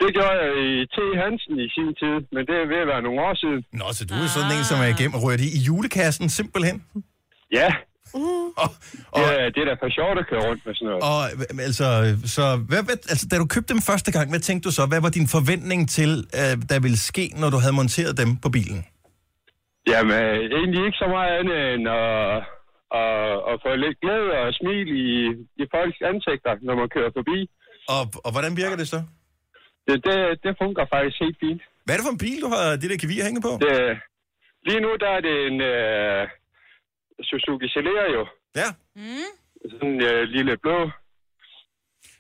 K: Det gjorde jeg i T. Hansen i sin tid, men det er ved at være nogle år siden.
A: Nå, så du er sådan en, som er igennem og rører de i julekassen, simpelthen.
K: Ja.
A: Og,
K: og... Ja, det er da for sjovt at køre rundt med sådan noget.
A: Og hva- altså, så, hvad, hvad, altså, da du købte dem første gang, hvad tænkte du så? Hvad var din forventning til, øh, der ville ske, når du havde monteret dem på bilen?
K: Jamen, øh, egentlig ikke så meget andet end at, at, at få lidt glæde og smil i, i folks ansigter, når man kører forbi.
A: Og, og hvordan virker det så?
K: Det, det, det fungerer faktisk helt fint.
A: Hvad er det for en bil, du har det der gevir hænge på?
K: Det, lige nu, der er det en øh, Suzuki Celera jo.
A: Ja.
K: Mm. Sådan en øh, lille blå.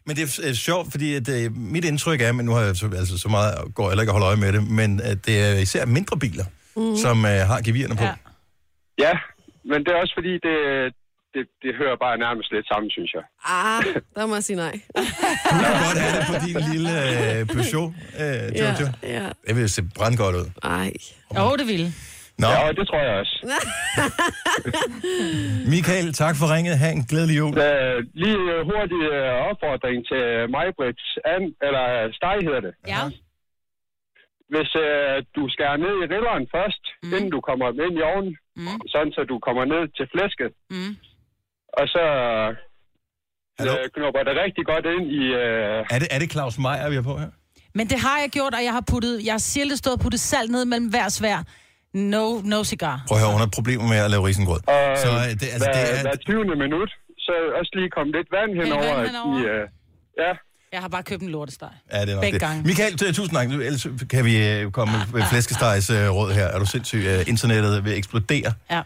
A: Men det er øh, sjovt, fordi at, øh, mit indtryk er, men nu har jeg så, altså, så meget, går jeg heller ikke at holde øje med det, men at det er især mindre biler, mm. som øh, har gevirerne på. Ja.
K: Ja, men det er også fordi, det, det, det hører bare nærmest lidt sammen, synes jeg.
B: [LAUGHS] Ah, der må jeg sige nej.
A: På din lille øh, Peugeot, øh, Jojo.
B: Ja, ja.
A: Det vil se brandgodt ud.
B: Ej.
C: Jo, det ville.
A: Nå.
K: Ja, det tror jeg også.
A: Michael, tak for ringet. Ha' en glædelig jul.
K: Øh, lige øh, hurtig øh, opfordring til Majbrits an, eller øh, Steg hedder det.
C: Ja.
K: Hvis øh, du skærer ned i rilleren først, mm. inden du kommer ind i ovnen,
C: mm.
K: sådan så du kommer ned til flæsket,
C: Mm.
K: og så øh, knopper det rigtig godt ind i... Øh,
A: Er det, er det Claus Meier, vi har på her?
C: Men det har jeg gjort, og jeg har puttet... Jeg har sjældent stået og puttet salt ned mellem hver svær. No, no cigar.
A: Prøv at høre, hun har problemer med at lave risengrød.
K: og
A: Så øh, det, altså,
K: hver,
A: det er...
K: hver 20. minut, så også lige komme lidt vand henover.
C: vand henover.
K: I, øh, ja,
C: Jeg har bare købt en lortesteg.
A: Ja, det er nok
C: Begge
A: det.
C: gange.
A: Michael, t- tusind tak. Ellers kan vi øh, komme med flæskestegs øh, råd her. Er du sindssyg? Øh, Internettet vil eksplodere,
C: Ja.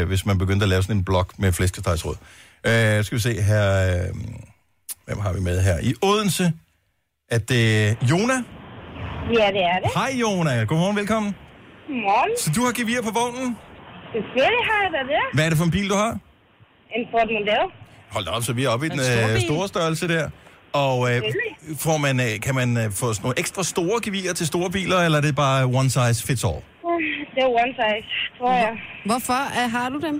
A: øh, hvis man begyndte at lave sådan en blog med flæskestegs råd. Øh, skal vi se her... Øh, hvem har vi med her? I Odense er det Jona.
L: Ja, det er det.
A: Hej Jona. Godmorgen, velkommen.
L: Godmorgen.
A: Så du har gevir på vognen?
L: Selvfølgelig har jeg da det.
A: Hvad er det for en bil, du har?
L: En Ford Mondeo.
A: Hold da op, så vi er oppe i den
L: En stor
A: øh,
L: bil.
A: store størrelse der. Og øh,
L: Selvfølgelig.
A: får man, øh, kan man øh, få sådan nogle ekstra store gevier til store biler, eller er det bare one size fits all?
L: Uh, Det er one size, tror jeg.
B: Hvorfor uh, har du dem?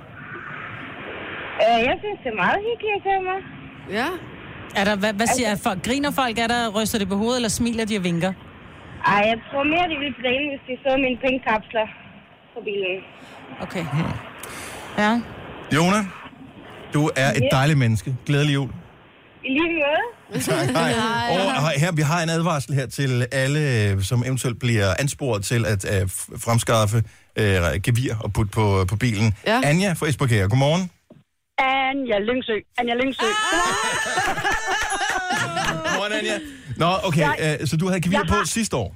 L: Uh, jeg synes, det er meget hyggeligt at køre mig.
B: Ja.
C: Er der, hvad, hvad siger altså, folk? Griner folk? Er der, ryster det på hovedet, eller smiler de og vinker?
L: Ej, jeg tror mere, de ville blive hvis de så mine pengekapsler på bilen.
C: Okay. Ja.
A: Jona, du er et
L: Ja.
A: dejligt menneske. Glædelig jul.
L: I lige måde.
A: Tak. Hej. Og her, vi har en advarsel her til alle, øh, som eventuelt bliver ansporet til at øh, f- fremskaffe øh, gevir og putte på, på bilen. Ja. Anja fra Esbjerg, godmorgen.
M: Anja Lyngsø. Anja Lyngsø.
H: Ah!
A: Godmorgen, Anja. Nå, okay,
M: Jeg-
A: øh, så du havde gevir
M: Jeg
A: på
M: har-
A: sidste år?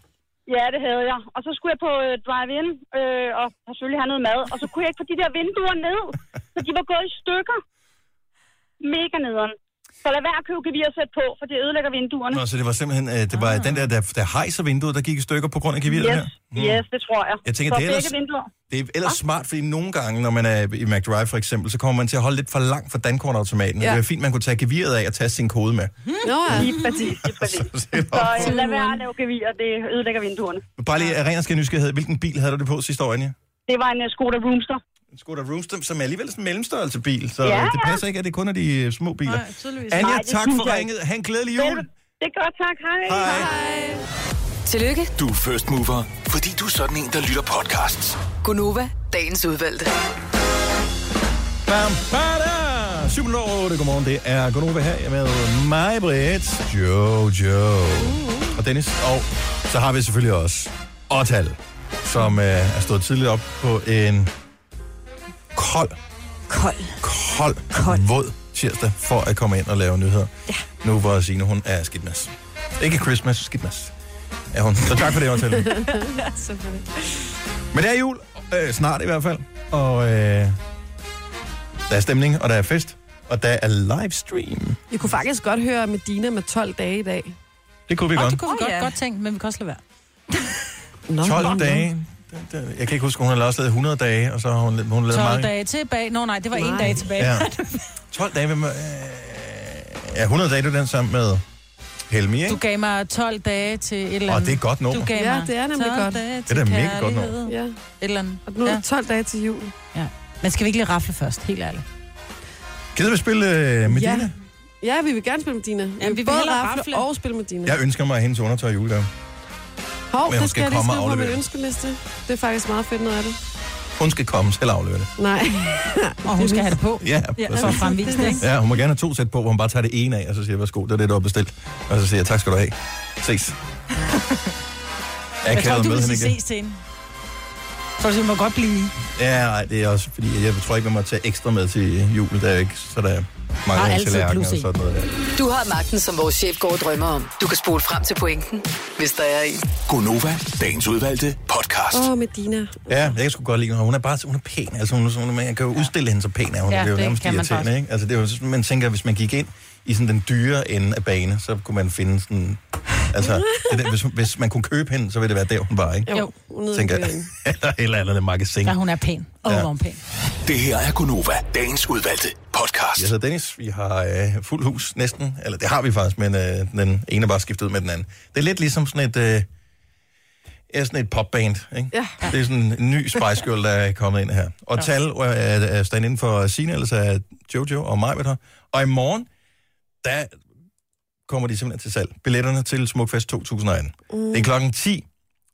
M: Ja, det havde jeg. Og så skulle jeg på øh, drive-in øh, og selvfølgelig have noget mad. Og så kunne jeg ikke få de der vinduer ned, så de var gået i stykker. Mega nederen. Så lad være at købe gevir og sætte på, for det ødelægger vinduerne.
A: Nå, så det var simpelthen øh, det var den der, der, der hejser vinduet, der gik i stykker på grund af geviret
M: Ah. yes,
A: her?
M: yes, Ah. det tror jeg.
A: Hmm. Jeg tænker,
M: så
A: det er
M: begge
A: ellers-
M: vinduer.
A: Det er ellers smart, fordi nogle gange, når man er i McDrive for eksempel, så kommer man til at holde lidt for langt fra dankortautomaten. Ja.
M: Ja.
A: Det er fint, man kunne tage geviret af og tage sin kode med.
B: Nå, ja.
M: Lige præcis, lige
A: [LAUGHS]
M: præcis. så øh, lad være at lave gevir, det ødelægger vinduerne.
A: Bare lige af ren og skær nysgerrighed, hvilken bil havde du det på sidste år, Anja?
M: Det var en uh, Skoda Roomster.
A: Skoda Roomster, som er alligevel sådan en mellemstørrelse bil, så
M: Ja,
A: ja, det
M: ja.
A: passer ikke, at det kun er de øh, små biler.
M: Nej, tydeligvis.
A: Anja,
M: Nej, det
A: tak
M: synes
A: for
M: jeg
A: ringet.
M: ikke.
A: Ha' en glædelig jul.
M: Det er godt, tak. Hej.
A: Hej.
E: Tillykke,
F: Du er first mover, fordi du er sådan en, der lytter podcasts.
E: Gunova, dagens udvalgte.
A: Bam, bada! 7 minutter over 8. Godmorgen, det er Gunova her med mig, Britt, Jojo og Dennis og Så har vi selvfølgelig også Åtal, som øh, er stået tidligt op på en kold,
D: kold,
A: kold, kold. våd tirsdag for at komme ind og lave nyheder. Ja. Nu hvor Signe, hun er skidmas. Ikke Christmas, skidmas er hun. Så tak for det,
B: [LAUGHS]
A: Åtal.
D: Ja, selvfølgelig.
A: Men det er jul, øh, snart i hvert fald, og øh, der er stemning, og der er fest, og der er livestream.
B: Vi kunne faktisk godt høre Medina med 12 dage i dag.
A: Det kunne vi
C: Åh,
A: godt.
C: det kunne vi godt, godt tænke, men vi kan også lade være.
B: Nå,
A: 12
C: nå, nå.
A: dage. Det- det- Jeg kan ikke huske, hun har også lavet 100 dage, og så har hun, hun lavet
C: 12
A: mange.
C: dage tilbage. Nå nej, det var en
A: Nej.
C: dag tilbage. [LAUGHS]
A: Ja. 12 dage, hvem, øh, ja, 100 dage, du den sammen med Helmi,
C: Du
A: ikke?
C: gav mig 12 dage til et eller
A: Åh,
C: andet.
A: det er et godt nummer.
C: Du gav
B: Ja,
C: mig
B: det er nemlig
C: 12
B: godt.
C: dage
A: Det er da
C: til
A: mega godt
C: kærlighed.
B: Ja.
C: Et eller andet.
B: Og nu er
C: ja.
B: det 12 dage til jul.
C: ja. Men skal vi ikke lige rafle først, helt ærligt?
A: Gider vi spille øh, Medina?
B: Ja. Ja, vi vil gerne spille med Dina. vi
C: vil
B: vil både
C: hellere
B: rafle,
C: rafle.
B: og spille med Dina.
A: Jeg ønsker mig hendes undertøj i julegave.
B: Hov,
A: Men hun
B: det
A: skal
B: skal jeg lige
A: komme og
B: skrive på min
A: aflevere.
B: ønskeliste. Det er faktisk meget fedt noget af det.
A: Hun skal komme selv og aflevere det.
B: Nej.
C: og
B: [LAUGHS]
C: hun skal have det
A: [LAUGHS]
C: på.
A: Ja, præcis.
C: for at fremvise det. ikke?
A: Ja, hun må gerne have to sæt på, hvor hun bare tager det ene af, og så siger jeg, værsgo, det er det, du har bestilt. Og så siger jeg, tak skal du have. Ses.
C: Jeg tror,
A: kæder
C: du
A: med
C: vil
A: hende
C: sige
A: igen.
C: ses til hende. Så du må godt blive.
A: Ja, nej, det er også fordi, jeg tror ikke, man må tage ekstra med til jul, der er jo ikke, så der er mange
E: Der er
A: af
E: altid
A: tallerkener
E: plus
A: og
E: i.
A: sådan noget der.
E: Du har magten, som vores chef går og drømmer om. Du kan spole frem til pointen, hvis der er en.
F: Gonova, dagens udvalgte podcast.
B: Åh, oh, Medina.
A: Ja, jeg kan sgu godt lide hende. Hun er bare hun er pæn. Altså, hun, er sådan- man kan jo udstille hende så pæn, af hun
B: Ja,
A: ja, det er jo
B: det
A: nærmest
B: kan man
A: irriterende,
B: faktisk.
A: ikke? Altså, det er jo, sådan, man tænker, hvis man gik ind i sådan den dyre ende af bane, så kunne man finde sådan... Altså, det der, hvis, hvis man kunne købe hende, så ville det være der, hun var, ikke?
C: Jo, hun er
A: Tænker,
C: den dyre ende.
A: [LAUGHS] eller, eller, eller det magasin.
C: Ja, hun er pæn. Og hun
A: Ja.
C: var hun pæn.
A: Det her er Gunova, dagens udvalgte podcast. Jeg hedder Dennis, vi har øh, fuld hus næsten, eller det har vi faktisk, men øh, den ene er bare skiftet ud med den anden. Det er lidt ligesom sådan et, øh, ja, sådan et popband, ikke?
B: Ja.
A: Det er sådan en ny Spice Girl, der er kommet ind her. Og Tal øh, er, er stand inden for Signe, ellers er Jojo og mig her. Og i morgen, der kommer de simpelthen til salg. Billetterne til Smukfest 2018. Mm. Det er klokken 10,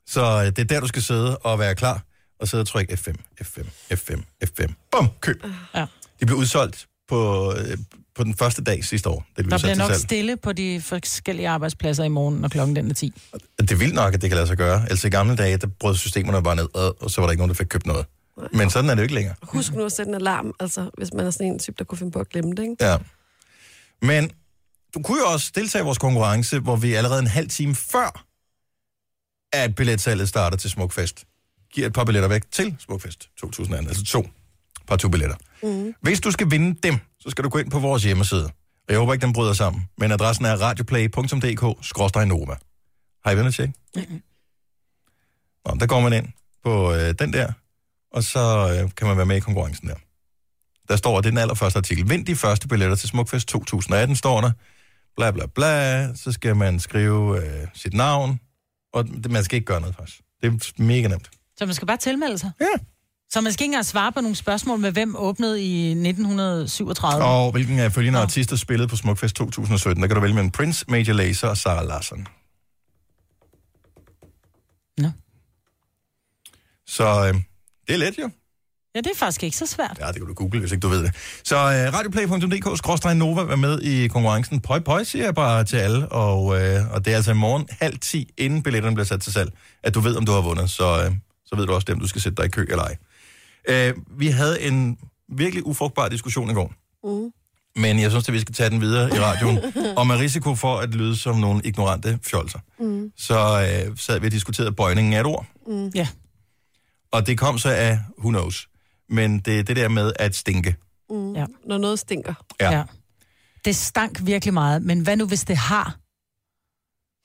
A: så øh, det er der, du skal sidde og være klar. Og sidde og trykke F5, F5, F5, F5. Bum, køb.
C: Ja.
A: De blev udsolgt på, øh, på den første dag sidste år. Det blev
C: Der
A: sat
C: bliver
A: til
C: nok
A: salg.
C: stille på de forskellige arbejdspladser i morgen, når klokken den er 10.
A: Det er vildt nok, at det kan lade sig gøre. Altså i gamle dage, der brød systemerne bare ned, og og så var der ikke nogen, der fik købt noget. Men sådan er det jo ikke længere.
B: Husk nu at sætte en alarm, altså, hvis man er sådan en type, der kunne finde på at glemme det, ikke?
A: Ja. Men du kunne jo også deltage i vores konkurrence, hvor vi allerede en halv time før, at billetsalget starter til Smukfest, giver et par billetter væk til Smukfest 2018. Altså to par to billetter.
B: Mm.
A: Hvis du skal vinde dem, så skal du gå ind på vores hjemmeside. Og jeg håber ikke, den bryder sammen. Men adressen er radioplay.dk-nova. Har I været tjek? Nå, der går man ind på øh, den der, og så øh, kan man være med i konkurrencen der. Der står, at det er den allerførste artikel. Vind de første billetter til Smukfest 2018, står der. Bla, bla, bla. Så skal man skrive øh, sit navn. Og det, man skal ikke gøre noget faktisk. Det er mega nemt.
C: Så man skal bare tilmelde sig?
A: Ja.
C: Så man skal ikke engang svare på nogle spørgsmål med, hvem åbnede i 1937?
A: Og hvilken af følgende artister spillede på Smukfest 2017? Der kan du vælge mellem Prince, Major Lazer og Sarah Larsen.
C: Nå.
A: Så øh, det er let jo.
C: Ja, det er faktisk ikke så svært.
A: Ja, det kan du google, hvis ikke du ved det. Så øh, radioplay.dk-nova, vær med i konkurrencen. Pøj, pøj, siger jeg bare til alle. Og, øh, og det er altså i morgen halv ti, inden billetterne bliver sat til salg, at du ved, om du har vundet. Så, øh, så ved du også, om du skal sætte dig i kø eller ej. Øh, vi havde en virkelig ufrugtbar diskussion i går.
B: Mm.
A: Men jeg synes, at vi skal tage den videre i radioen. og med risiko for at lyde som nogle ignorante fjolser.
C: Mm.
A: Så øh, sad vi og diskuterede bøjningen af et ord.
C: Mm. Ja.
A: Og det kom så af, who knows. Men det er det der med at stinke.
B: Mm.
C: Ja.
B: Når noget stinker.
A: Ja.
C: Det stank virkelig meget, men hvad nu, hvis det har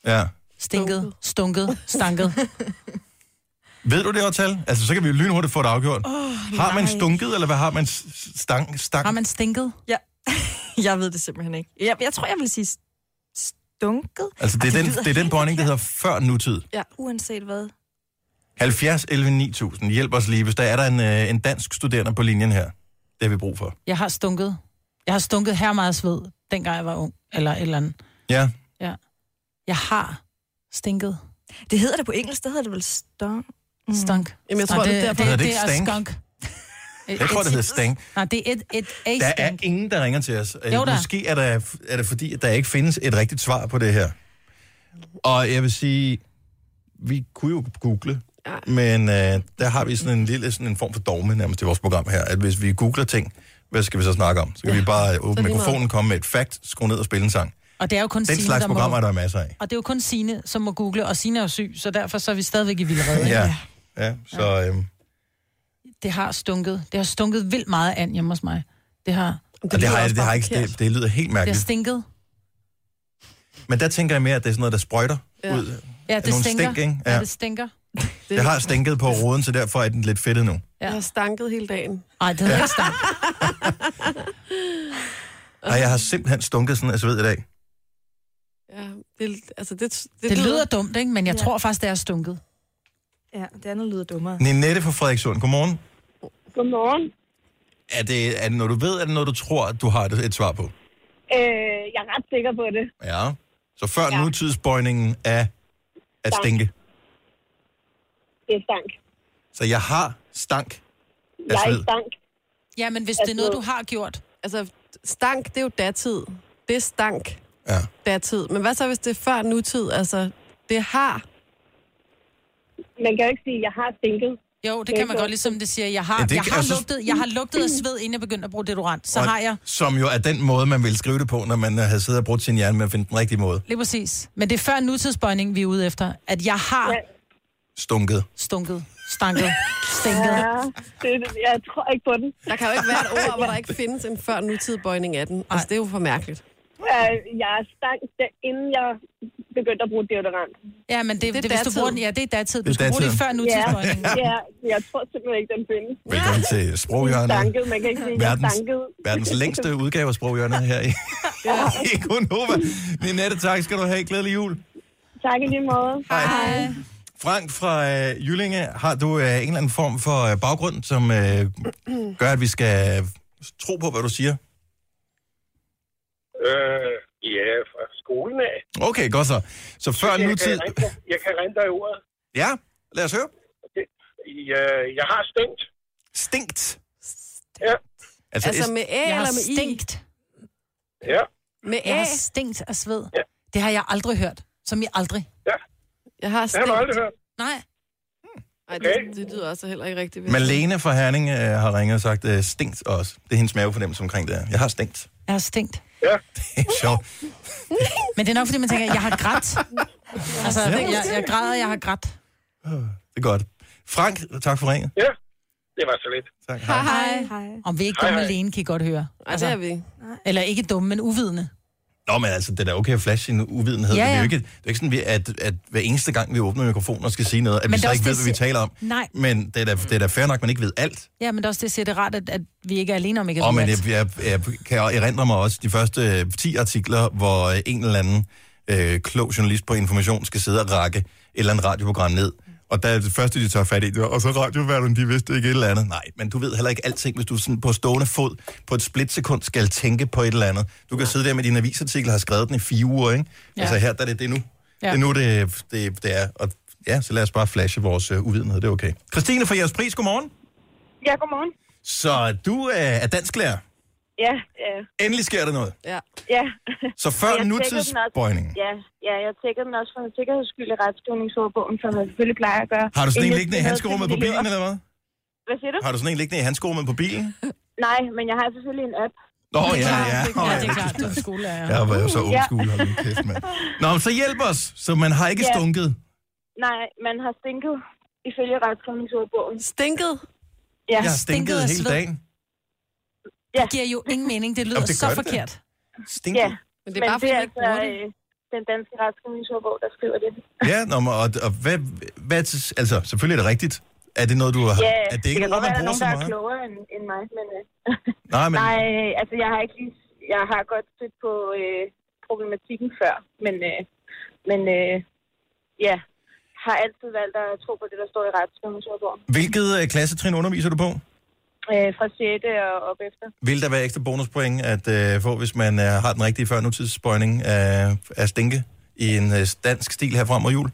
A: Ja.
C: stinket, stunket, stanket?
A: Ved du det årtal? Altså, så kan vi jo lynhurtigt få det afgjort. Oh, har man
D: nej.
A: stunket, eller hvad har man s- s- stank? stank?
C: man stinket?
D: Ja. [LAUGHS] jeg ved det simpelthen ikke. Jeg, jeg tror, jeg vil sige s- stunket.
A: Altså, det er, den,
D: lyder
A: det er den
D: helt
A: bøjning, der hedder før nutid.
D: Ja. Uanset hvad.
A: 70 11 9000. Hjælp os lige, hvis der er der en, øh, en dansk studerende på linjen her. Det har vi brug for.
C: Jeg har stunket. Jeg har stunket her meget sved, dengang jeg var ung, eller et eller andet.
A: Ja.
C: Ja. Jeg har stinket.
D: Det hedder det på engelsk, det hedder det vel stunk. Mm.
C: Stunk.
B: Jamen, jeg tror,
C: Og
B: det er derfor-
A: Hedder
C: det,
A: det ikke
C: det, er
A: stank?
C: skunk. Øh,
A: Jeg tror, det hedder stank.
C: Nej, det er et, et a
A: Der er
C: stank.
A: ingen, der ringer til os. Øh,
C: Jo da.
A: Måske er, der, er det fordi, at der ikke findes et rigtigt svar på det her. Og jeg vil sige, vi kunne jo google, men øh, der har vi sådan en lille sådan en form for dogme nærmest i vores program her, at hvis vi googler ting, hvad skal vi så snakke om? Så kan ja. vi bare åbne
C: lige meget.
A: mikrofonen, komme med et fact, skrue ned og spille en sang.
C: Og det er jo kun
A: Den
C: Signe,
A: slags
C: der
A: programmer
C: må...
A: er der masser af.
C: Og det er jo kun Sine, som må google, og Sine er jo syg, så derfor så er vi stadigvæk i vildrede. ikke?
A: Ja, ja så øhm,
C: Det har stunket. Det har stunket vildt meget an hjemme hos mig. Det har...
A: det, det, har, jeg- det, har ikke, det, det lyder helt
C: Det har
A: mærkeligt.
C: stinket.
A: Men der tænker jeg mere, at det er sådan noget, der sprøjter
C: Ja.
A: ud.
C: Ja,
A: Af
C: det
A: nogle
C: stinker.
A: stænk, ikke?
C: Ja.
A: Ja.
C: ja, det stinker.
A: Det har stænket på roden, så derfor er den lidt fedtet nu.
C: Ja.
B: Jeg har stanket hele dagen.
C: Nej, det hedder ikke stank.
A: Og jeg har simpelthen stunket sådan, altså ved i dag.
B: Ja, det, altså det, det,
C: Det lyder dumt, ikke? Men jeg tror faktisk, det er stunket.
D: Ja, det andet lyder dummere.
A: Ninette fra Frederikssund, godmorgen.
M: Godmorgen.
A: Er det, er det noget, du ved, eller er det noget, du tror, at du har et, et svar på?
M: Øh, jeg er ret sikker på det.
A: Ja. Så før ja. nutidsbøjningen af at stinke.
M: Det er stank.
A: Så jeg har stank af
B: Jeg er
A: sved.
M: stank.
C: Ja, men hvis
B: altså,
C: det er noget, du har gjort.
B: Altså, stank, det er jo datid. Det er stank.
A: Ja.
B: Datid. Men hvad så, hvis det er før nutid? Altså, det har.
M: Man kan jo ikke sige, at jeg har stinket.
C: Jo, det kan man godt, ligesom det siger. Jeg har,
A: Ja, det
C: jeg
A: kan-
C: har,
A: altså-
C: lugtet, jeg har lugtet af sved, inden jeg begyndte at bruge deodorant. Så
A: Og-
C: har jeg.
A: Som jo er den måde, man ville skrive det på, når man øh, havde siddet og brugt sin hjerne med at finde den rigtige måde.
C: Lige præcis. Men det er før nutidsbøjning, vi er ude efter. At jeg har
A: Stunket.
C: stunket, stanket, stinket.
M: Ja,
B: [LAUGHS]
M: det, jeg tror ikke på den.
B: Der kan jo ikke være et ord, hvor der
C: [LAUGHS]
B: ikke findes en før nutid bøjning af den. Altså, det er jo for mærkeligt.
M: Øh, jeg er stank, da- inden jeg begyndte at bruge deodorant.
C: Ja, men det,
M: Det er
C: det, det hvis du
M: datid.
C: bruger den, ja, det er datid.
A: Det
C: Du
A: er
C: skal bruge det
A: datiden.
C: før
M: Ja,
C: nutidsbøjning.
M: ja, jeg tror simpelthen ikke, den findes.
A: Velkommen til sproghjørnet.
M: Stanket, man kan ikke sige, jeg er
A: Verdens,
M: stanket.
A: verdens
M: [LAUGHS]
A: længste udgave af sproghjørnet her i, i Gunova. Ninette, tak skal du have. Glædelig jul.
M: Tak i lige måde.
A: Hej. Frank fra øh, Jyllinge, har du øh, en eller anden form for øh, baggrund, som øh, gør, at vi skal tro på, hvad du siger?
N: Øh, ja, fra skolen af.
A: Okay, godt så. Så før
N: jeg,
A: nu
N: kan
A: tid...
N: rente, jeg kan rente dig i ordet.
A: Ja, lad os høre.
N: Jeg, jeg har stængt.
A: Stinkt?
N: Ja.
A: Altså,
B: Altså, med A
C: jeg
B: eller med
C: har
B: I?
C: stinkt.
N: ja.
B: Med
C: Jeg
B: A?
C: har stinkt af sved. Det har jeg aldrig hørt. Som i aldrig.
N: Ja.
B: Jeg har stinkt.
N: aldrig hørt.
C: Nej.
B: Ej, det, det lyder også heller ikke rigtigt.
A: Malene fra Herning øh, har ringet og sagt, øh, stinkt også. Det er hendes mavefornemmelse omkring det her. Jeg har stinkt.
C: Jeg har stinkt.
N: Ja.
A: [LAUGHS] Det er sjovt.
C: [LAUGHS] Men det er nok, fordi man tænker, jeg har
B: [LAUGHS]
C: grædt. Altså,
A: Ja.
C: jeg, jeg græder, jeg har grædt.
A: Det er godt. Frank, tak for ringet.
N: Ja, det var så lidt.
A: Tak. Hej.
C: Hej. Hej. Om vi er ikke dumme
A: Hej, hej.
C: alene, kan I godt høre. Altså,
B: det er vi.
C: Eller ikke dumme, men uvidende.
A: Nå, men altså, det er da okay at flashe sin uvidenhed.
C: Ja,
A: Ja, ja. Det er
C: ja.
A: jo ikke, det er ikke sådan, vi- at, at hver eneste gang, vi åbner mikrofonen og skal sige noget, at
C: Men
A: men vi
C: det er
A: så ikke
C: også
A: ved,
C: det,
A: hvad vi
C: jeg siger-
A: taler om.
C: Nej.
A: Men det er, da, det er da fair nok, at man ikke ved alt.
C: Ja, men det er også det, jeg siger, det er rart, at, at vi ikke er alene om ikke at
A: Og
C: vide
A: men
C: alt.
A: jeg, jeg, jeg kan erindre mig også de første øh, 10 artikler, hvor øh, en eller anden øh, klog journalist på Information skal sidde og række et eller andet radioprogram ned. Og der er det første, de tager fat i, det var, og så radioværden, de vidste ikke et eller andet. Nej, men du ved heller ikke alting, hvis du sådan på stående fod på et splitsekund skal tænke på et eller andet. Du kan sidde der med din avisartikel, har skrevet den i fire uger, ikke?
O: Ja.
A: Ja. Altså her, der er det, det er nu.
O: Ja.
A: Ja. Det er nu, det, det, det er. Og ja, så lad os bare flashe vores øh, uvidenhed, det er okay. Christine fra jeres pris, godmorgen.
M: Ja, godmorgen.
A: Så du øh, er dansklærer.
M: Ja, ja.
A: Endelig sker der noget.
B: Ja.
M: ja.
A: Så før
M: Jeg tjekkede den også-
A: nutidsbøjningen?
M: Ja, ja, jeg tjekkede den også for en sikkerheds skyld i retskrivningsordbogen, som jeg selvfølgelig plejer at gøre.
A: Har du sådan en
M: Inden jeg
A: liggende i
M: sender
A: handskerummet
M: til
A: på
M: mine
A: bilen,
M: elever.
A: eller hvad?
M: Hvad siger du?
A: Har du sådan en liggende i handskerummet på bilen?
M: Nej, men jeg har selvfølgelig en app.
A: Nå, ja, ja.
C: Det, ja, det er klart, du er skolelærer.
A: Jeg var jo så
M: Ja.
A: old school, hold nu kæft, mand. Nå, men så hjælp os, så man har ikke
M: Ja.
A: stunket.
M: Nej, man har stinket ifølge retskrivningsordbogen.
B: Stinket?
M: Ja.
A: Jeg har stinket
C: af
A: hele
C: sved.
A: dagen.
M: Ja.
C: Det giver jo ingen mening. Det lyder
A: Jamen, det
C: så
A: gør det.
C: forkert.
A: Stinket?
M: Ja.
B: Men det er bare, fordi man ikke
M: altså,
B: bruger det.
M: øh, den danske retskrivningsordbog, der skriver det.
A: Ja, nå, men og, og hvad, hvad, altså, selvfølgelig er det rigtigt. Er det noget, du har...
M: ja,
A: er det ikke
M: det kan
A: noget,
M: godt
A: man
M: være,
A: bruger
M: der er nogen,
A: så
M: der er
A: meget?
M: klogere end, end mig, men... Øh,
A: Nej, men
M: Nej, altså jeg har ikke lige, jeg har godt stødt på øh, problematikken før, men, øh, men øh, ja, har altid valgt at tro på det, der står i retskommissionsbogen.
A: hvilket øh, klassetrin underviser du på?
M: Øh, fra 6. og op efter.
A: Vil der være ekstra bonuspoint at øh, få, hvis man øh, har den rigtige før nutidsbøjning af, af stinke i en øh, dansk stil her frem mod jul?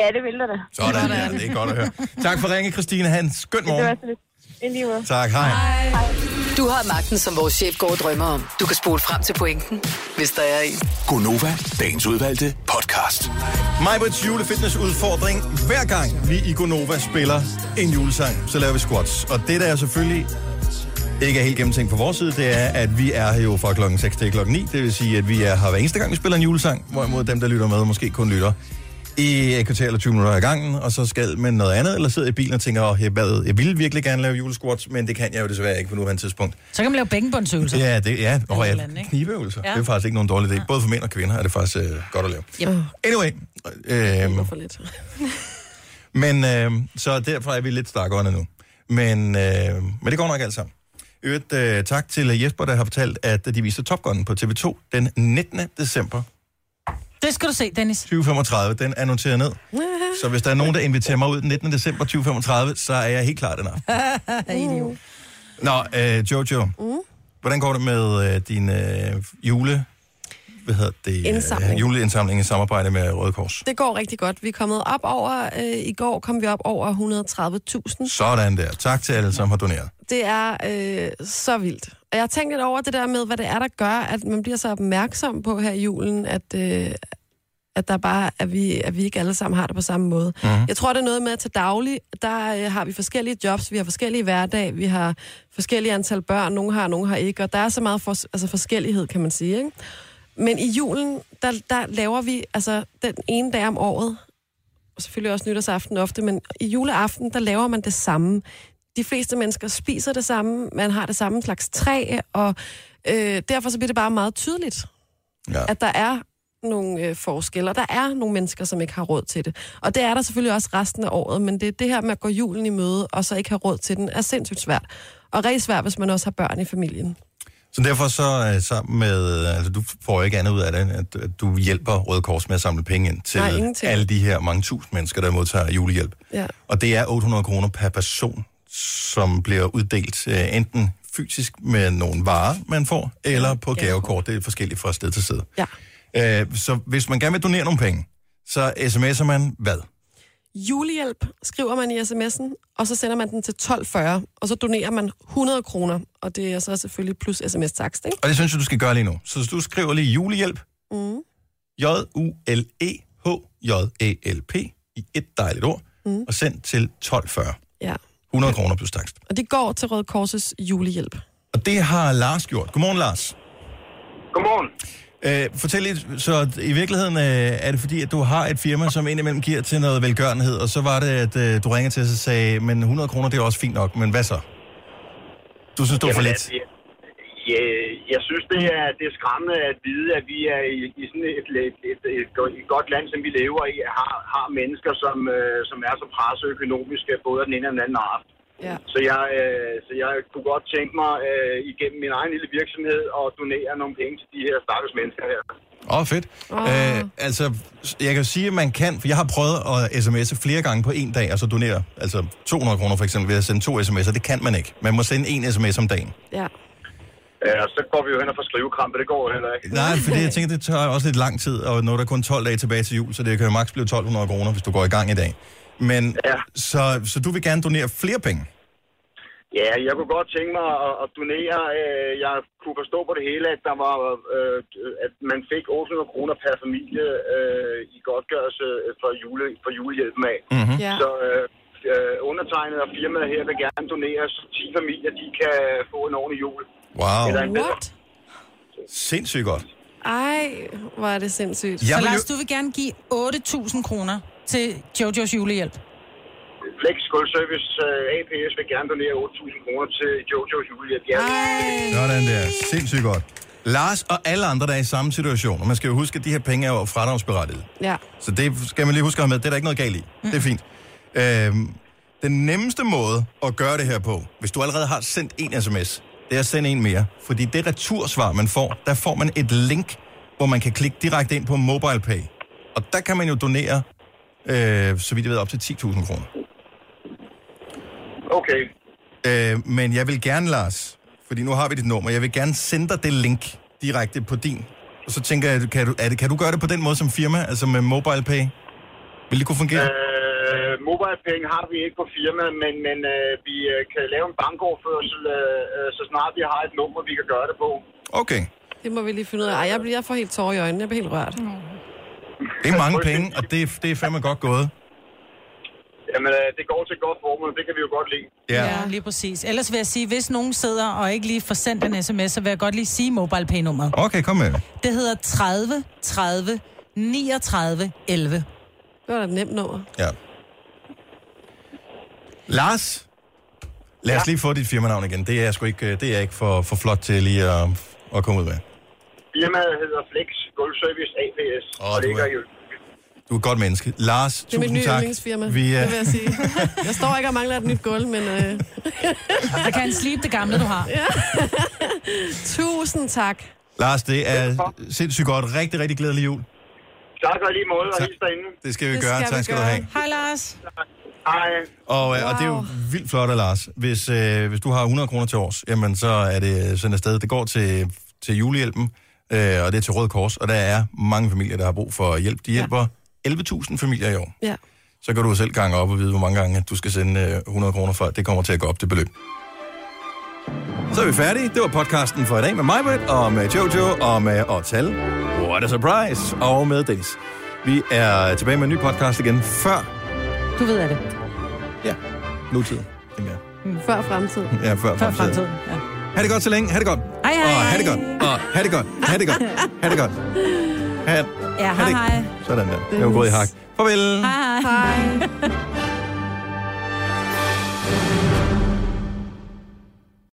M: Ja, det vil der da.
A: Sådan, ja, det er godt at høre. Tak for ringe, Christine. Ha' en skøn
M: Det var
A: morgen.
M: så lidt. I lige måde.
A: Tak, hej.
M: Hej.
E: Du har magten, som vores chef går og drømmer om. Du kan spole frem til pointen, hvis der er en.
F: Gonova, dagens udvalgte podcast.
A: Majbrits julefitnessudfordring. Hver gang vi i Gonova spiller en julesang, så laver vi squats. Og det, der er selvfølgelig ikke er helt gennemtænkt på vores side, det er, at vi er her jo fra klokken 6 til klokken 9. Det vil sige, at vi er her hver eneste gang, vi spiller en julesang. Hvorimod dem, der lytter med, måske kun lytter i et kvartal eller 20 minutter ad gangen, og så skal man noget andet, eller sidder i bilen og tænker, åh, jeg, bad, jeg ville virkelig gerne lave julesquats, men det kan jeg jo desværre ikke på nuværende tidspunkt.
C: Så kan man lave bængebåndsøvelser.
A: Ja, det, ja. Og
C: et
A: ja,
C: eller andet, ikke?
A: knibeøvelser.
C: Ja.
A: Ja. Det er faktisk ikke nogen dårlig idé. Både for mænd og kvinder er det faktisk øh, godt at lave.
C: Yep.
A: Anyway. Øhm,
B: for lidt.
A: [LAUGHS] men øh, så derfor er vi lidt stakkerne nu. Men, øh, men det går nok alt sammen. I Øvrigt, øh, tak til Jesper, der har fortalt, at de viser Top Gun på TV2 den 19. december
C: Det skal du se, Dennis.
A: 2035. Den er noteret ned. Så hvis der er nogen, der inviterer mig ud den 19. december 2035, så er jeg helt klar den aften.
C: [LAUGHS] Idiot.
A: Nå, øh, Jojo,
B: Mm.
A: hvordan går det med øh, din øh, jule... Hvad hedder det? Øh,
B: Indsamling.
A: Juleindsamling i samarbejde med Røde Kors.
B: Det går rigtig godt. Vi er kommet op over, øh, i går kom vi op over 130.000.
A: Sådan der. Tak til alle, som har doneret.
B: Det er øh, så vildt. Og jeg har tænkt lidt over det der med, hvad det er, der gør, at man bliver så opmærksom på her i julen, at, øh, at der bare at vi, at vi ikke alle sammen har det på samme måde. Mm. Jeg tror, det er noget med, at til daglig, der øh, har vi forskellige jobs, vi har forskellige hverdag, vi har forskellige antal børn, nogle har, nogle har ikke, og der er så meget for, altså forskellighed, kan man sige. Ikke? Men i julen, der, der laver vi altså den ene dag om året, og selvfølgelig også nytårsaften ofte, men i juleaften, der laver man det samme. De fleste mennesker spiser det samme, man har det samme slags træ, og øh, derfor så bliver det bare meget tydeligt,
A: ja.
B: at der er nogle øh, forskelle, og der er nogle mennesker, som ikke har råd til det. Og det er der selvfølgelig også resten af året, men det, det her med at gå julen i møde, og så ikke have råd til den, er sindssygt svært. Og rigtig svært, hvis man også har børn i familien.
A: Så derfor så øh, sammen med... øh, Altså, du får jo ikke andet ud af det, end at, at du hjælper Røde Kors med at samle penge ind til
B: Nej, ingenting.
A: alle de her mange tusind mennesker, der modtager julehjælp.
B: Ja.
A: Og det er 800 kroner per person, som bliver uddelt øh, enten fysisk med nogle varer, man får, eller på gavekort. Det er forskelligt fra sted til sted. Ja. Øh, så hvis man gerne vil donere nogle penge, så sms'er man hvad?
B: julehjælp, skriver man i sms'en, og så sender man den til 1240, og så donerer man 100 kroner, og det er så selvfølgelig plus sms-takst, ikke?
A: Og det synes jeg, du skal gøre lige nu. Så du skriver lige julehjælp,
B: Mm.
A: E J-U-L-E-H-J-E-L-P, i et dejligt ord,
B: Mm.
A: mm. og send til 1240.
B: Ja.
A: 100 kroner plus takst.
B: Og det går til Røde Korsets julehjælp.
A: Og det har Lars gjort. Godmorgen, Lars. Godmorgen. Øh, fortæl lidt, så i virkeligheden øh, er det fordi, at du har et firma, som indimellem giver til noget velgørenhed, og så var det, at øh, du ringede til os og sagde, men 100 kroner, det er også fint nok, men hvad så? Du synes, det var for
N: Jamen,
A: lidt.
N: altså, jeg- Ja, jeg synes, det er, det er skræmmende at vide, at vi er i, i sådan et, et, et, et, go- et godt land, som vi lever i, har, har mennesker, som, øh, som er så presset økonomisk, øh, både af den ene og den anden art.
B: Ja.
N: Så, jeg, øh, så jeg kunne godt tænke mig øh, igennem min egen lille virksomhed at donere nogle penge til de her stakkels mennesker her.
A: Åh, oh, fedt. Oh. Øh, altså, jeg kan sige, at man kan, for jeg har prøvet at sms'e flere gange på en dag, og så donere altså 200 kroner for eksempel ved at sende to sms'er. Det kan man ikke. Man må sende en sms om dagen.
B: Ja.
N: Ja, Øh, og så går vi jo hen og får skrivekrampe, det går jo heller ikke.
A: Nej, fordi jeg tænker, det tager også lidt lang tid, og nu er der kun 12 dage tilbage til jul, så det kan jo maks blive 1200 kroner, hvis du går i gang i dag. Men, ja. så, så du vil gerne donere flere penge?
N: Ja, jeg kunne godt tænke mig at, at donere. Øh, Jeg kunne forstå på det hele, at der var, øh, at man fik 800 kroner per familie øh, i godtgørelse for, jule, for julehjælpen af.
O: Mhm.
B: Ja.
N: Så øh, øh, undertegnet og firmaet her vil gerne donere, så 10 familier de kan få en ordentlig jul.
A: Wow.
N: Eller en bedre.
B: What?
A: Sindssygt godt.
B: Ej, hvor er det sindssygt.
C: Så Lars, du vil gerne give 8.000 kroner til Jojos julehjælp.
N: Flex Gold Service øh, APS vil gerne donere 8.000 kroner til Jojo's julehjælp. Ja.
A: Sådan der. Sindssygt godt. Lars og alle andre, der er i samme situation, og man skal jo huske, at de her penge er jo fradragsberettigede.
B: Ja.
A: Så det skal man lige huske at have med. Det er der ikke noget galt i. Mm. Det er fint. Øhm, den nemmeste måde at gøre det her på, hvis du allerede har sendt en sms, det er at sende en mere. Fordi det retursvar, man får, der får man et link, hvor man kan klikke direkte ind på MobilePay. Og der kan man jo donere, øh, så vidt jeg ved, op til 10.000 kroner.
N: Okay.
A: Øh, men jeg vil gerne, Lars, fordi nu har vi dit nummer, jeg vil gerne sende dig det link direkte på din. Og så tænker jeg, kan du, er det, kan du gøre det på den måde som firma, altså med MobilePay? Vil det kunne fungere?
N: Øh, mobile-penge har vi ikke på firmaet, men, men øh, vi øh, kan lave en bankoverførsel, øh, øh, så snart vi har et nummer, vi kan gøre det på.
A: Okay.
B: Det må vi lige finde ud af. Ej, jeg, bliver, jeg får helt tårer i øjnene. Jeg bliver helt rørt.
A: Det er mange penge, og det, er- det er fandme godt gået.
N: Jamen, øh, det går til et godt formål, det kan vi jo godt lide.
A: Ja.
C: Ja, lige præcis. Ellers vil jeg sige, hvis nogen sidder og ikke lige får sendt en sms, så vil jeg godt lige sige MobilePay-nummeret.
A: Okay, kom med.
C: Det hedder 30 30 39 11. Det
B: var da et nemt nummer.
A: Ja. Lars, lad os lige få dit firmanavn igen. Det er jeg sgu ikke, øh, det er jeg ikke for, for flot til lige at, at komme ud med.
N: Firmaet hedder Flex Gulv Service APS, oh, og
A: du
N: ligger
A: er-
N: i
A: Du er et godt menneske. Lars,
B: Det er mit
A: tusind
B: nye
A: tak.
B: yndlingsfirma,
A: Vi,
B: det
A: øh,
B: vil jeg sige. Jeg står ikke og mangler et nyt gulv, men... Øh...
C: [LAUGHS] Jeg kan slibe det gamle, du har.
B: Ja. [LAUGHS] Tusind tak.
A: Lars, det er sindssygt godt. Rigtig, rigtig glædelig jul.
N: Tak og i lige måde, og hils derinde.
A: Det skal vi det gøre. Skal tak skal du have.
C: Hej, Lars.
N: Hej.
A: Og, wow. og det er jo vildt flot af Lars. Hvis, øh, hvis du har 100 kroner til års, jamen så er det sådan et sted. Det går til, til julehjælpen, øh, og det er til Røde Kors. Og der er mange familier, der har brug for hjælp. De hjælper ja. 11.000 familier i år.
B: Ja.
A: Så kan du selv gange op og vide, hvor mange gange du skal sende øh, 100 kroner for. Det kommer til at gå op til beløb. Så er vi færdige. Det var podcasten for i dag med mig, og med Jojo, og med Otal. What a surprise! Og med Dennis. Vi er tilbage med en ny podcast igen før
C: Du ved af det.
A: nutid. tænker jeg.
B: Før fremtid.
A: Ja, før,
C: Før
A: fremtiden.
C: fremtiden, ja.
A: Ha' det godt så længe. Ha' det godt.
C: Hej, hej,
A: Og ha' det
C: hej.
A: godt. Og ha' det godt. Ha' det godt. Ha' det godt. Ha'
C: [LAUGHS] Ja, hej, hej.
A: Sådan der. Jeg var gået i hak. Farvel.
C: Hej. hej.